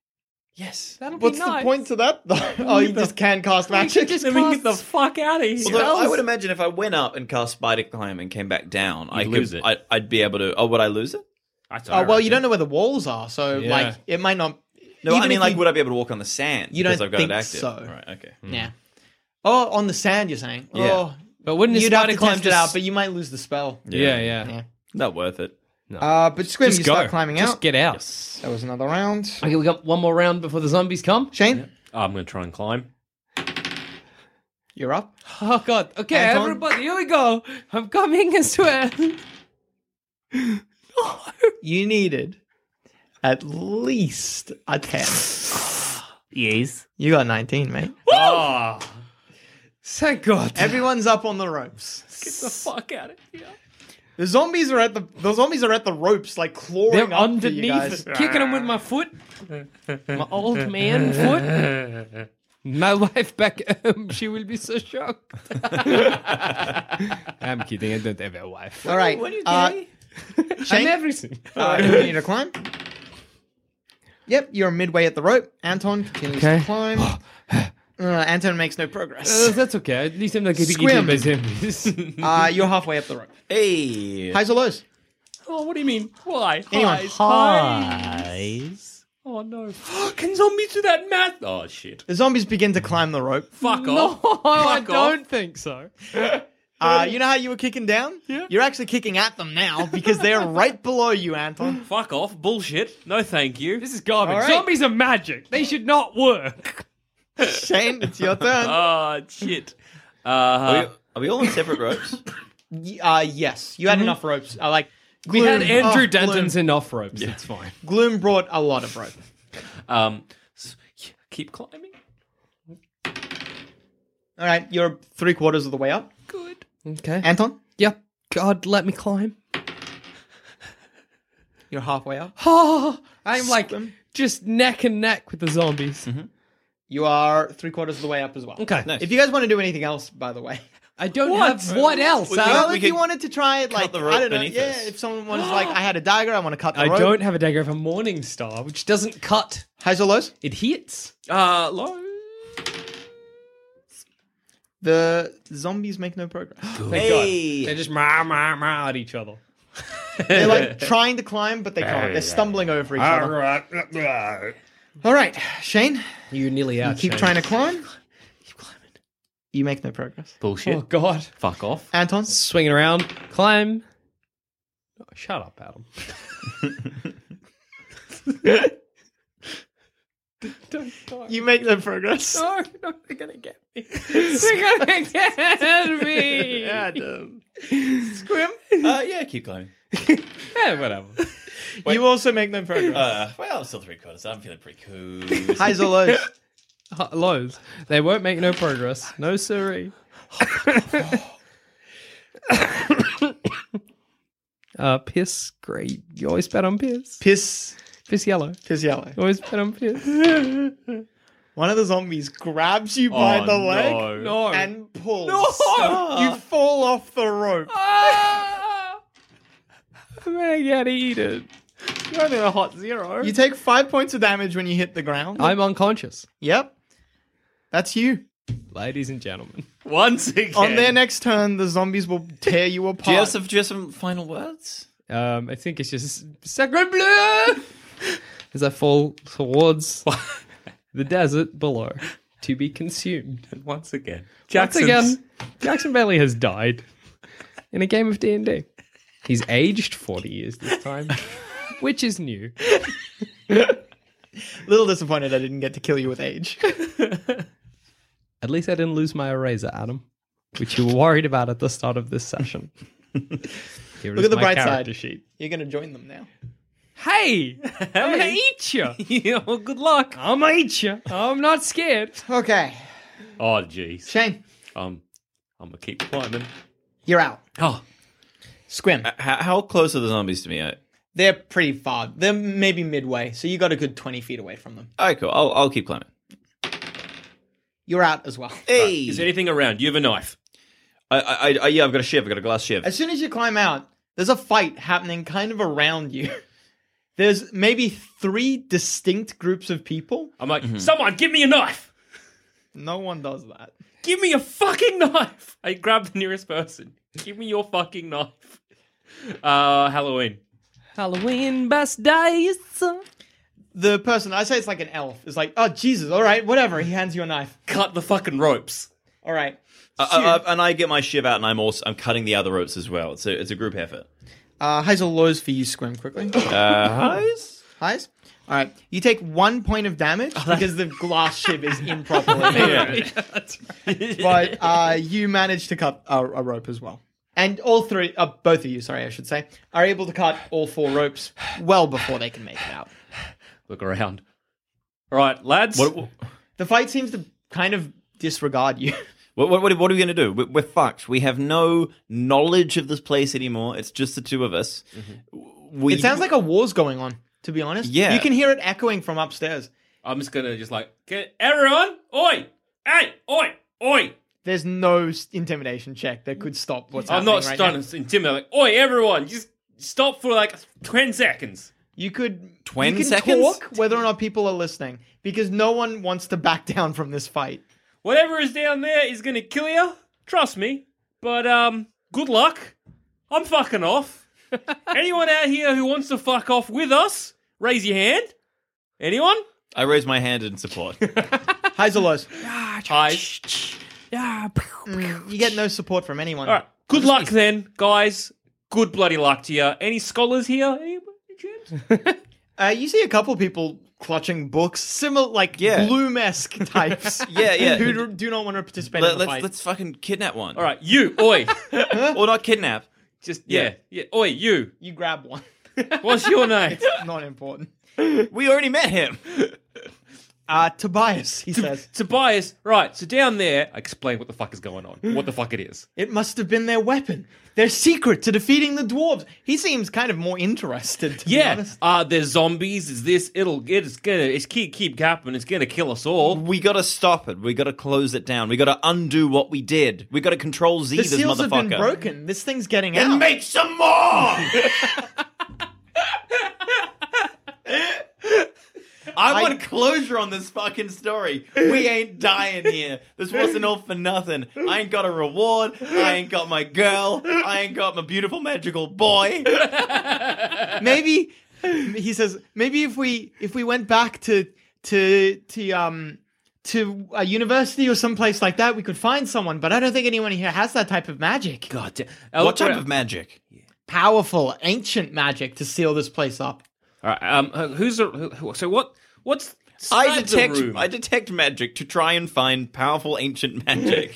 F: yes.
G: That'll
H: What's
G: be nice.
H: the point to that? oh, you just can cast magic.
G: Just
E: Then we get the
G: cast-
E: fuck out of here.
F: Although I would imagine if I went up and cast spider climb and came back down, I could,
E: lose it.
F: I, I'd be able to. Oh, would I lose it?
E: That's all
H: Oh well,
E: right.
H: you don't know where the walls are, so
G: Yeah.
H: like it might not.
F: No,
H: even
F: I mean
H: if
F: like,
H: you-
F: would I be able to walk on the sand?
H: You
F: because
H: don't
F: I've got
H: think
F: it active.
H: so.
F: Right. Okay. Hmm.
H: Nah. Oh, on the sand, you're saying?
F: Yeah.
H: Oh,
G: But wouldn't
H: you'd
G: a
H: have
G: spider
H: to
G: climb
H: test it
G: just-
H: out, but you might lose the spell.
G: yeah, yeah.
H: Yeah.
F: Not worth it.
H: Uh, but Squim,
G: Just
H: you
G: go.
H: start climbing
G: Just
H: out.
G: get out.
H: That was another round.
G: Okay, we got one more round before the zombies come.
H: Shane,
E: Oh, I'm gonna try and climb.
H: you're up.
G: Oh god. Okay,
H: Anton?
G: everybody, here we go. I'm coming, I swear.
H: You needed at least a 10.
E: Yes.
H: You got 19, mate.
G: Oh. Thank God.
H: Everyone's up on the ropes.
E: Get the fuck out of here.
H: The zombies are at the the zombies are at the ropes, like clawing
G: They're
H: up for you
G: underneath,
H: guys.
G: kicking them with my foot. My old man foot. My wife back home, she will be so shocked. I'm kidding, I don't have a wife.
H: All right, uh,
G: I'm everything.
H: uh, you need to climb. Yep, you're midway at the rope. Anton continues
G: Okay.
H: to climb. Uh, Anton makes no progress.
G: Uh, that's okay. At least I'm not getting
H: Squim.
G: eaten by zombies.
H: Uh, you're halfway up the rope.
F: Hey.
H: Highs or lows?
E: Oh, what do you mean? Why?
H: Anyone?
G: Oh,
E: Highs. Oh no. Can zombies do that math? Oh shit.
H: The zombies begin to climb the rope.
E: Fuck
G: no,
E: off.
G: I
E: Fuck
G: don't think so.
H: Uh, you know how you were kicking down? Yeah. You're actually kicking at them now because they're right below you, Anton.
E: Fuck off. Bullshit. No thank you.
G: This is garbage.
H: All right.
G: Zombies are magic. They should not work.
H: Shane, it's your turn.
E: Oh shit. Uh,
F: Are we, are we all on separate ropes?
H: Y- Uh, yes, you had enough ropes. Uh, like
G: Mm-hmm. We had
H: Gloom-
G: Andrew
H: oh,
G: Denton's
H: Gloom.
G: enough ropes. It's fine.
H: Gloom brought a lot of rope.
E: um s- yeah, keep climbing.
H: All right, you're three quarters of the way up.
E: Good.
G: Okay.
H: Anton,
G: yep. God, let me climb.
H: you're halfway up.
G: Oh, I'm like
H: Squim.
G: just neck and neck with the zombies.
H: You are three quarters of the way up as well.
G: Okay.
H: If you guys want to do anything else, by the way,
G: I don't
E: What?
G: have what else.
F: We-
G: Alan?
H: well,
F: we
H: if you
F: could
H: wanted to try it, like
F: the
H: I
F: rope
H: don't know,
F: beneath
H: yeah.
F: us.
H: If someone was like, I had a dagger, I want to cut the
G: I
H: rope.
G: don't have a dagger of a morning star, which doesn't cut.
H: Highs or lows?
G: It hits.
E: Uh low.
H: The zombies make no progress.
F: hey.
G: They just ma ma ma at each other.
H: They're like trying to climb, but they can't. They're stumbling over each other. All right, Shane,
G: You're nearly out.
H: keep
G: Shane.
H: trying to climb. You make no progress.
E: Bullshit.
G: Oh God.
E: Fuck off.
H: Anton,
G: Swinging around. Climb. Oh, shut up, Adam.
H: you make no progress.
G: No, no, they're gonna get me. They're gonna get me.
H: Adam. Squim.
F: Uh, yeah, keep climbing.
G: Yeah, whatever.
H: You also make no progress.
F: Uh, well, I'm still three quarters. I'm feeling pretty cool.
H: Highs or lows?
G: H- Lows. They won't make no progress. No siree. uh, piss, great. You always bet on piss.
H: Piss.
G: Piss yellow.
H: Piss yellow.
G: Always bet on piss.
H: One of the zombies grabs you by
G: Oh,
H: the leg
G: no. No.
H: and pulls.
G: No.
H: You fall off the rope. Ah!
G: I'm gonna get eaten.
H: You're in a hot zero. You take five points of damage when you hit the ground.
G: I'm unconscious.
H: Yep. That's you.
G: Ladies and gentlemen.
F: Once again.
H: On their next turn, the zombies will tear you apart.
F: Do you have some, do you have some final words?
G: Um, I think it's just Sacre Bleu! as I fall towards the desert below to be consumed.
F: And once again,
G: Once again, Jackson Bailey has died in a game of D&D. He's aged 40 years this time, which is new.
H: Little disappointed I didn't get to kill you with age.
G: At least I didn't lose my eraser, Adam, which you were worried about at the start of this session. Here
H: Look
G: is
H: at the
G: my
H: bright
G: character
H: side.
G: sheet.
H: You're going to join them now.
G: Hey, I'm gonna eat you. yeah, well, good luck. I'm gonna eat you. I'm not scared.
H: Okay.
E: Oh, jeez.
H: Shane,
E: Um, I'm gonna keep climbing.
H: you're out.
E: Oh,
H: Squim.
F: How, how close are the zombies to me? I-
H: They're pretty far. They're maybe midway, so you got a good 20 feet away from them.
F: All right, cool. I'll, I'll keep climbing.
H: You're out as well.
F: Is there anything around? You have a knife. I, I, I yeah, I've got a shiv. I've got a glass shiv.
H: As soon as you climb out, there's a fight happening kind of around you. There's maybe three distinct groups of people.
E: I'm like, someone give me a knife.
H: No one does that.
E: Give me a fucking knife. I grab the nearest person. Give me your fucking knife. Uh, Halloween.
G: Halloween best days.
H: The person, I say it's like an elf, is like, oh, Jesus, all right, whatever. He hands you a knife.
E: Cut the fucking ropes.
H: All right.
F: Uh, uh, uh, and I get my shiv out, and I'm also I'm cutting the other ropes as well. It's a it's a group effort.
H: Uh, highs or lows for you, Squim, quickly.
F: Uh, highs?
H: Highs? All right. You take one point of damage because the glass shiv is improperly. but uh, you managed to cut a, a rope as well. And all three, uh, both of you, sorry, I should say, are able to cut all four ropes well before they can make it out.
E: Look around. All right, lads.
F: What what
H: The fight seems to kind of disregard you.
F: what, what, what are we gonna do? We're, we're fucked. We have no knowledge of this place anymore. It's just the two of us. We,
H: it sounds like a war's going on, to be honest.
F: Yeah.
H: You can hear it echoing from upstairs.
E: I'm just gonna just like get everyone. Oi, hey, oi, oi.
H: There's no s- intimidation check that could stop what's
E: I'm
H: happening
E: not
H: right
E: stunned.
H: now.
E: It's intimidating. Like, oi, everyone, just stop for like 10 seconds.
H: You could
F: Twen
H: you can
F: seconds?
H: talk whether or not people are listening because no one wants to back down from this fight.
E: Whatever is down there is gonna kill you. Trust me. But um, good luck. I'm fucking off. Anyone out here who wants to fuck off with us, raise your hand. Anyone?
F: I raise my hand in support.
H: Highs or lows?
E: Hi.
H: Mm, you get no support from anyone.
E: All right. Good luck then, guys. Good bloody luck to you. Any scholars here? Any gems?
H: Uh, you see a couple people clutching books, similar like
F: Yeah.
H: Bloom-esque types.
F: Yeah, yeah.
H: Who do- do not want to participate in
F: Let,
H: the
F: let's
H: fight.
F: let's fucking kidnap one.
E: All right, you, oi.
F: or not kidnap.
E: Just yeah, yeah, oi, you.
H: You grab one.
E: What's your name?
H: not important.
F: We already met him.
H: Uh, Tobias, he says.
E: Tobias. Right, so down there, I explain what the fuck is going on. What the fuck it is.
H: It must have been their weapon. Their secret to defeating the dwarves. He seems kind of more interested, to be
E: Yeah,
H: honest.
E: uh, there's zombies. Is this? It'll. It's gonna. It's keep keep happening. It's gonna kill us all.
F: We gotta stop it. We gotta close it down. We gotta undo what we did. We gotta control Z
H: The
F: this
H: seals have
F: motherfucker.
H: been broken. This thing's getting out.
F: And make some more. I want closure on this fucking story. We ain't dying here. This wasn't all for nothing. I ain't got a reward. I ain't got my girl. I ain't got my beautiful magical boy.
H: maybe he says maybe if we if we went back to to to um to a university or someplace like that we could find someone but i don't think anyone here has that type of magic
E: God damn.
F: What type of magic?
H: powerful ancient magic to seal this place up
E: All right. Um. uh, Who's a, who, who- so what? What's
F: I
E: describe the
F: detect
E: room.
F: I detect magic to try and find powerful ancient magic.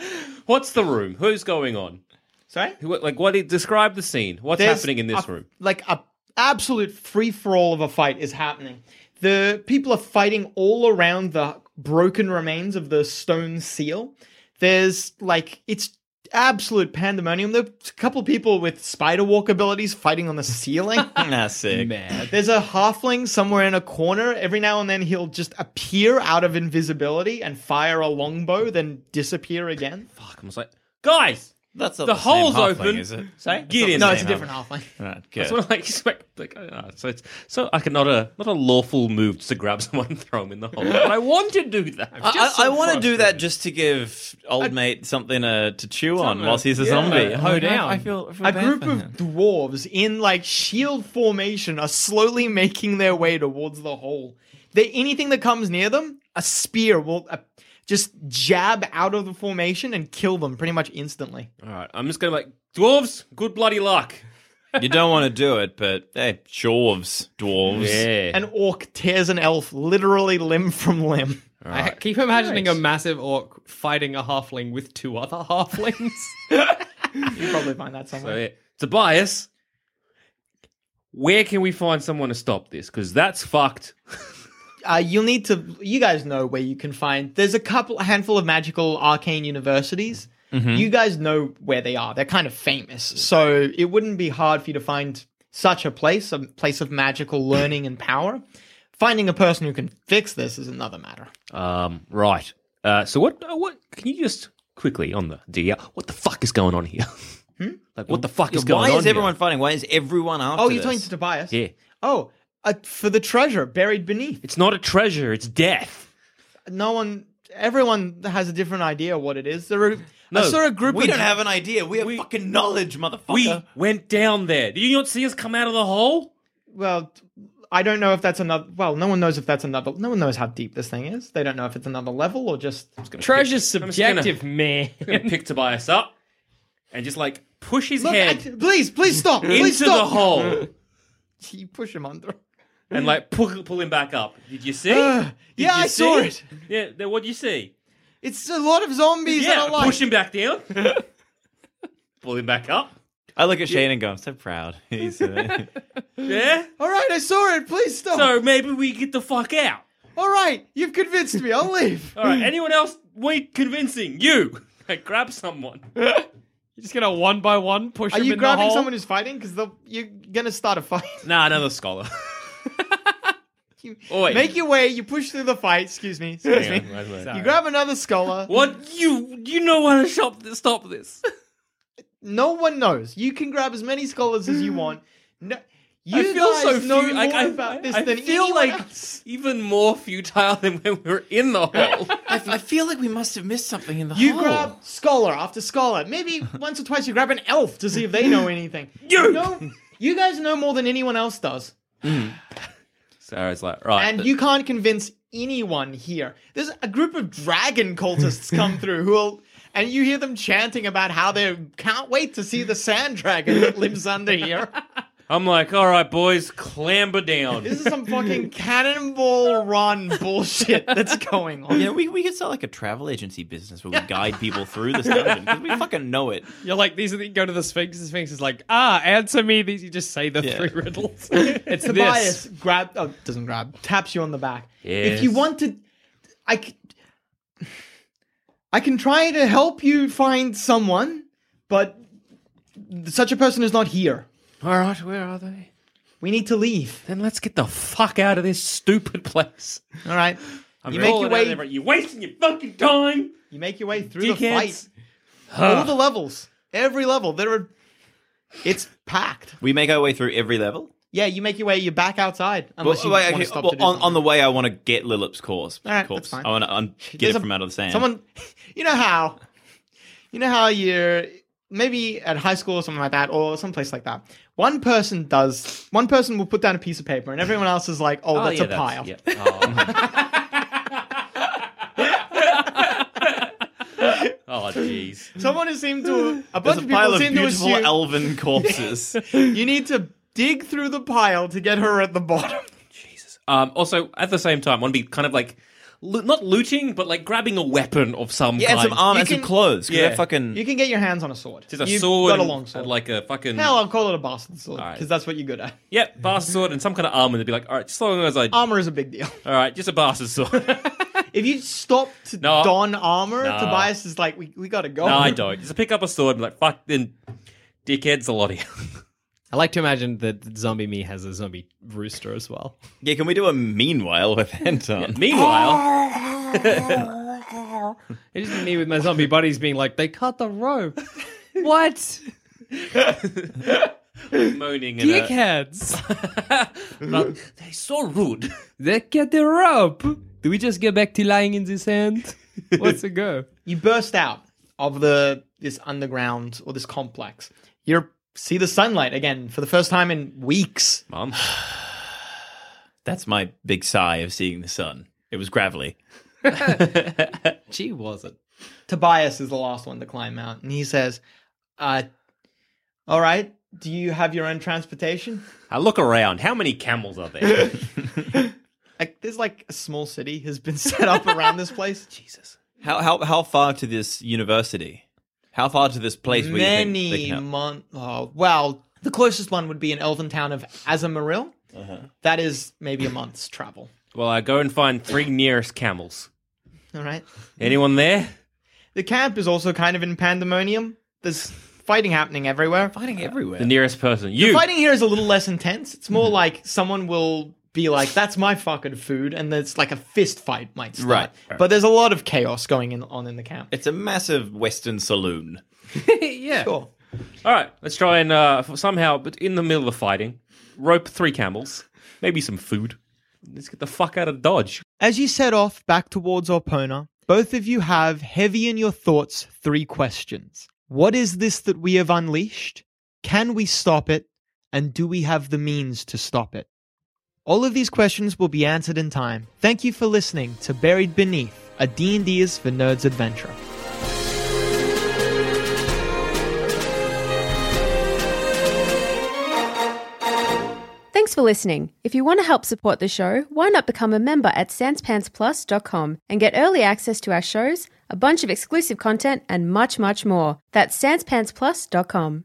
E: What's the room? Who's going on?
H: sorry
E: Who, like what? Is, describe the scene. What's
H: There's
E: happening in this
H: a-
E: room?
H: Like a absolute free for all of a fight is happening. The people are fighting all around the broken remains of the stone seal. There's like it's absolute pandemonium. There's a couple people with spider walk abilities fighting on the ceiling.
F: That's sick.
H: Mad. There's a halfling somewhere in a corner. Every now and then he'll just appear out of invisibility and fire a longbow, then disappear again.
F: Fuck, I was like,
E: guys,
F: That's not
E: the,
F: the same
E: hole's
F: halfling,
E: open.
F: is it?
E: Say,
F: Get in
H: no,
F: there,
H: it's a
F: huh?
H: different halfling.
F: Right, good.
E: That's
F: That's what I expect.
E: uh,
F: Like, ah, so it's so I could not a not a lawful move just to grab someone and throw them in the hole. But I want to do that.
E: I'm just so
F: want to do
E: frustrated.
F: that just to give old mate something uh, to chew on
H: Something,
F: whilst he's a
H: yeah.
F: zombie.
H: Uh,
F: Oh,
H: hoe
F: no,
H: down.
F: I feel, I feel
H: a
F: bad
H: group
F: for
H: of
F: him.
H: dwarves in like shield formation are slowly making their way towards the hole. They anything that comes near them, a spear will uh, just jab out of the formation and kill them pretty much instantly.
E: All right, I'm just gonna like dwarves. Good bloody luck.
F: you don't want to do it, but hey, dwarves, dwarves.
E: Yeah.
H: An orc tears an elf literally limb from limb.
G: I keep imagining a massive orc fighting a halfling with two other halflings.
H: You probably find that
E: So
H: somewhere.
E: yeah, Tobias, where can we find someone to stop this? Because that's fucked.
H: uh, you'll need to you guys know where you can find there's a couple a handful of magical arcane universities
F: Mm-hmm.
H: you guys know where they are they're kind of famous so it wouldn't be hard for you to find such a place a place of magical learning and power finding a person who can fix this is another matter
E: Um, right.
J: Right. Uh, so what? uh, What can you just quickly on the DL? What the fuck is going on here? like what the fuck is
F: Yeah,
J: going
F: Why
J: on?
F: is everyone fighting? Why is everyone after
H: oh you're
F: this?
H: talking to tobias
J: Here? Yeah,
H: oh uh, for the treasure buried beneath
J: it's not a treasure. It's death.
H: no one everyone has a different idea what it is there are
J: No,
H: I saw a group
F: we
H: of
F: don't have an idea. We have fucking knowledge, motherfucker.
J: We went down there. Do you not see us come out of the hole?
H: Well, I don't know if that's another. Well, no one knows if that's another. No one knows how deep this thing is. They don't know if it's another level or just.
G: Treasure's
E: I'm just gonna-
G: subjective, man.
E: I'm gonna pick Tobias up and just like push his
H: Look,
E: head
H: I- please, please stop. please
E: into
H: stop.
E: the hole
H: You push him under.
E: and like pull, pull him back up. Did you see?
H: Ugh.
E: Did
H: yeah,
E: you
H: I saw
E: see?
H: it.
E: Yeah, then what'd you see?
H: It's a lot of zombies. that
E: yeah,
H: I like.
E: push him back down, pull him back up.
F: I look at Shane and go, I'm so proud. He's, uh,
E: Yeah.
H: All right, I saw it. Please stop.
E: So maybe we get the fuck out.
H: All right, you've convinced me. I'll leave. Hmm.
E: All right. Anyone else? We convincing you? Like, grab someone.
G: You're just gonna one by one push
H: Are
G: him
H: you
G: in
H: grabbing
G: the hole.
H: someone who's fighting? Because you're gonna start a fight.
E: Nah, another scholar.
H: You
E: Oi.
H: Make your way. You push through the fight. Excuse me. Excuse me. You grab another scholar.
E: What you you know how to shop stop this?
H: No one knows. You can grab as many scholars as you want. No, you
E: I feel
H: guys
E: so
H: know more
E: few, like, I,
H: about this
E: I
H: than
E: feel
H: anyone
E: like
H: else.
E: even more futile than when we were in the hole.
F: I, I feel like we must have missed something in the
H: You
F: hole.
H: grab scholar after scholar. Maybe once or twice you grab an elf to see if they know anything.
E: You!
H: know, you guys know more than anyone else does,
E: Sarah's like, right.
H: and you can't convince anyone here. There's a group of dragon cultists come through who will. And you hear them chanting about how they can't wait to see the sand dragon that lives under here.
E: I'm like, all right, boys, clamber down.
H: This is some fucking cannonball run bullshit that's going on.
F: Yeah, we, we could start like a travel agency business where we guide people through this dungeon because we fucking know it.
G: You're like these are the, you go to the Sphinx. The Sphinx is like, ah, answer me. These you just say the
F: Yeah.
G: three riddles. it's
H: Tobias
G: this.
H: grab oh, doesn't grab taps you on the back. If you
E: Yes.
H: want to, I c- I can try to help you find someone, but such a person is not here.
E: all right, where are they?
H: We need to leave.
E: Then let's get the fuck out of this stupid place.
H: All right.
E: I'm
H: you make your
E: calling out
H: way.
E: everyone, You're wasting your fucking time.
H: You make your way through the
E: Dickheads.
H: fight. All the levels, every level. There are. It's packed.
F: We make our way through every level.
H: Yeah, you make your way. You're back outside
F: Well,
H: unless you
F: wait,
H: want
F: okay,
H: to stop
F: well,
H: to do
F: on,
H: something.
F: on the way, I want to get Lilip's course.
H: All right,
F: corpse.
H: that's fine.
F: I want to un- get
H: There's
F: it
H: a-
F: from out of the sand.
H: Someone, you know how, you know how you're maybe at high school or something like that, or someplace like that. One person does. One person will put down a piece of paper, and everyone else is like, "Oh, that's
E: yeah,
H: a pile."
E: yeah. Oh. Oh, jeez.
H: Someone who seemed to a bunch of
F: There's a pile
H: people
F: of
H: seem to
F: beautiful
H: assume
F: elven corpses.
H: you need to dig through the pile to get her at the bottom.
E: Um, also, at the same time, want to be kind of like lo- not looting, but like grabbing a weapon of some
F: yeah, and
E: kind.
F: some armor
H: You
F: and some
H: can-
F: clothes. 'cause
E: Yeah.
F: they're fucking.
H: You can get your hands on a sword.
E: Just a
H: You've
E: sword,
H: got a
E: and-
H: long sword.
E: and like a fucking
H: Hell, I'll call it a bastard sword
E: All right.
H: because that's what you're good at. Um,
E: yep, bastard sword and some kind of armor. They'd be like, all right, just as long as I,
H: Armor is a big deal.
E: all right, just a bastard sword.
H: if you stop to
K: No.
H: don armor,
K: No.
H: Tobias is like, we, we gotta go.
K: No, I don't. Just pick up a sword and be like, fuck, then dickheads a lot of you.
G: I like to imagine that zombie me has a zombie rooster as well.
F: Yeah, can we do a meanwhile with Anton?
G: meanwhile, it's just me with my zombie buddies being like, they cut the rope. what?
K: Moaning in a-
G: Dickheads!
K: They're so rude.
G: they cut the rope. Do we just get back to lying in the sand? What's the go?
H: You burst out of the this underground or this complex. You see the sunlight again for the first time in weeks.
K: Mom.
F: That's my big sigh of seeing the sun. It was gravelly.
G: she wasn't.
H: Tobias is the last one to climb out, and he says, uh, all right, do you have your own transportation?
K: I look around. How many camels are there?
H: Like, there's like a small city has been set up around this place. Jesus.
F: How how how far to this university? How far to this place? Where you think they
H: Many
F: can help?
H: months. Oh, well, the closest one would be an elven town of Azamarill.
F: Uh-huh.
H: That is maybe a month's travel.
K: well, I go and find three nearest camels.
H: All right.
K: Anyone there?
H: The camp is also kind of in pandemonium. There's fighting happening everywhere.
F: Fighting everywhere.
K: The nearest person. You.
H: The fighting here is a little less intense. It's more like someone will be like, "That's my fucking food," and it's like a fist fight might start.
F: Right, right.
H: But there's a lot of chaos going in, on in the camp.
F: It's a massive Western saloon.
H: yeah. Sure.
K: All right, let's try and uh, f- somehow, but in the middle of fighting, rope three camels, maybe some food. Let's get the fuck out of Dodge.
H: As you set off back towards Orpona, both of you have heavy in your thoughts three questions. What is this that we have unleashed? Can we stop it? And do we have the means to stop it? All of these questions will be answered in time. Thank you for listening to Buried Beneath, a D&D is for nerds adventure.
L: Thanks for listening. If you want to help support the show, why not become a member at sanspantsplus.com and get early access to our shows, a bunch of exclusive content, and much, much more. That's sanspantsplus.com.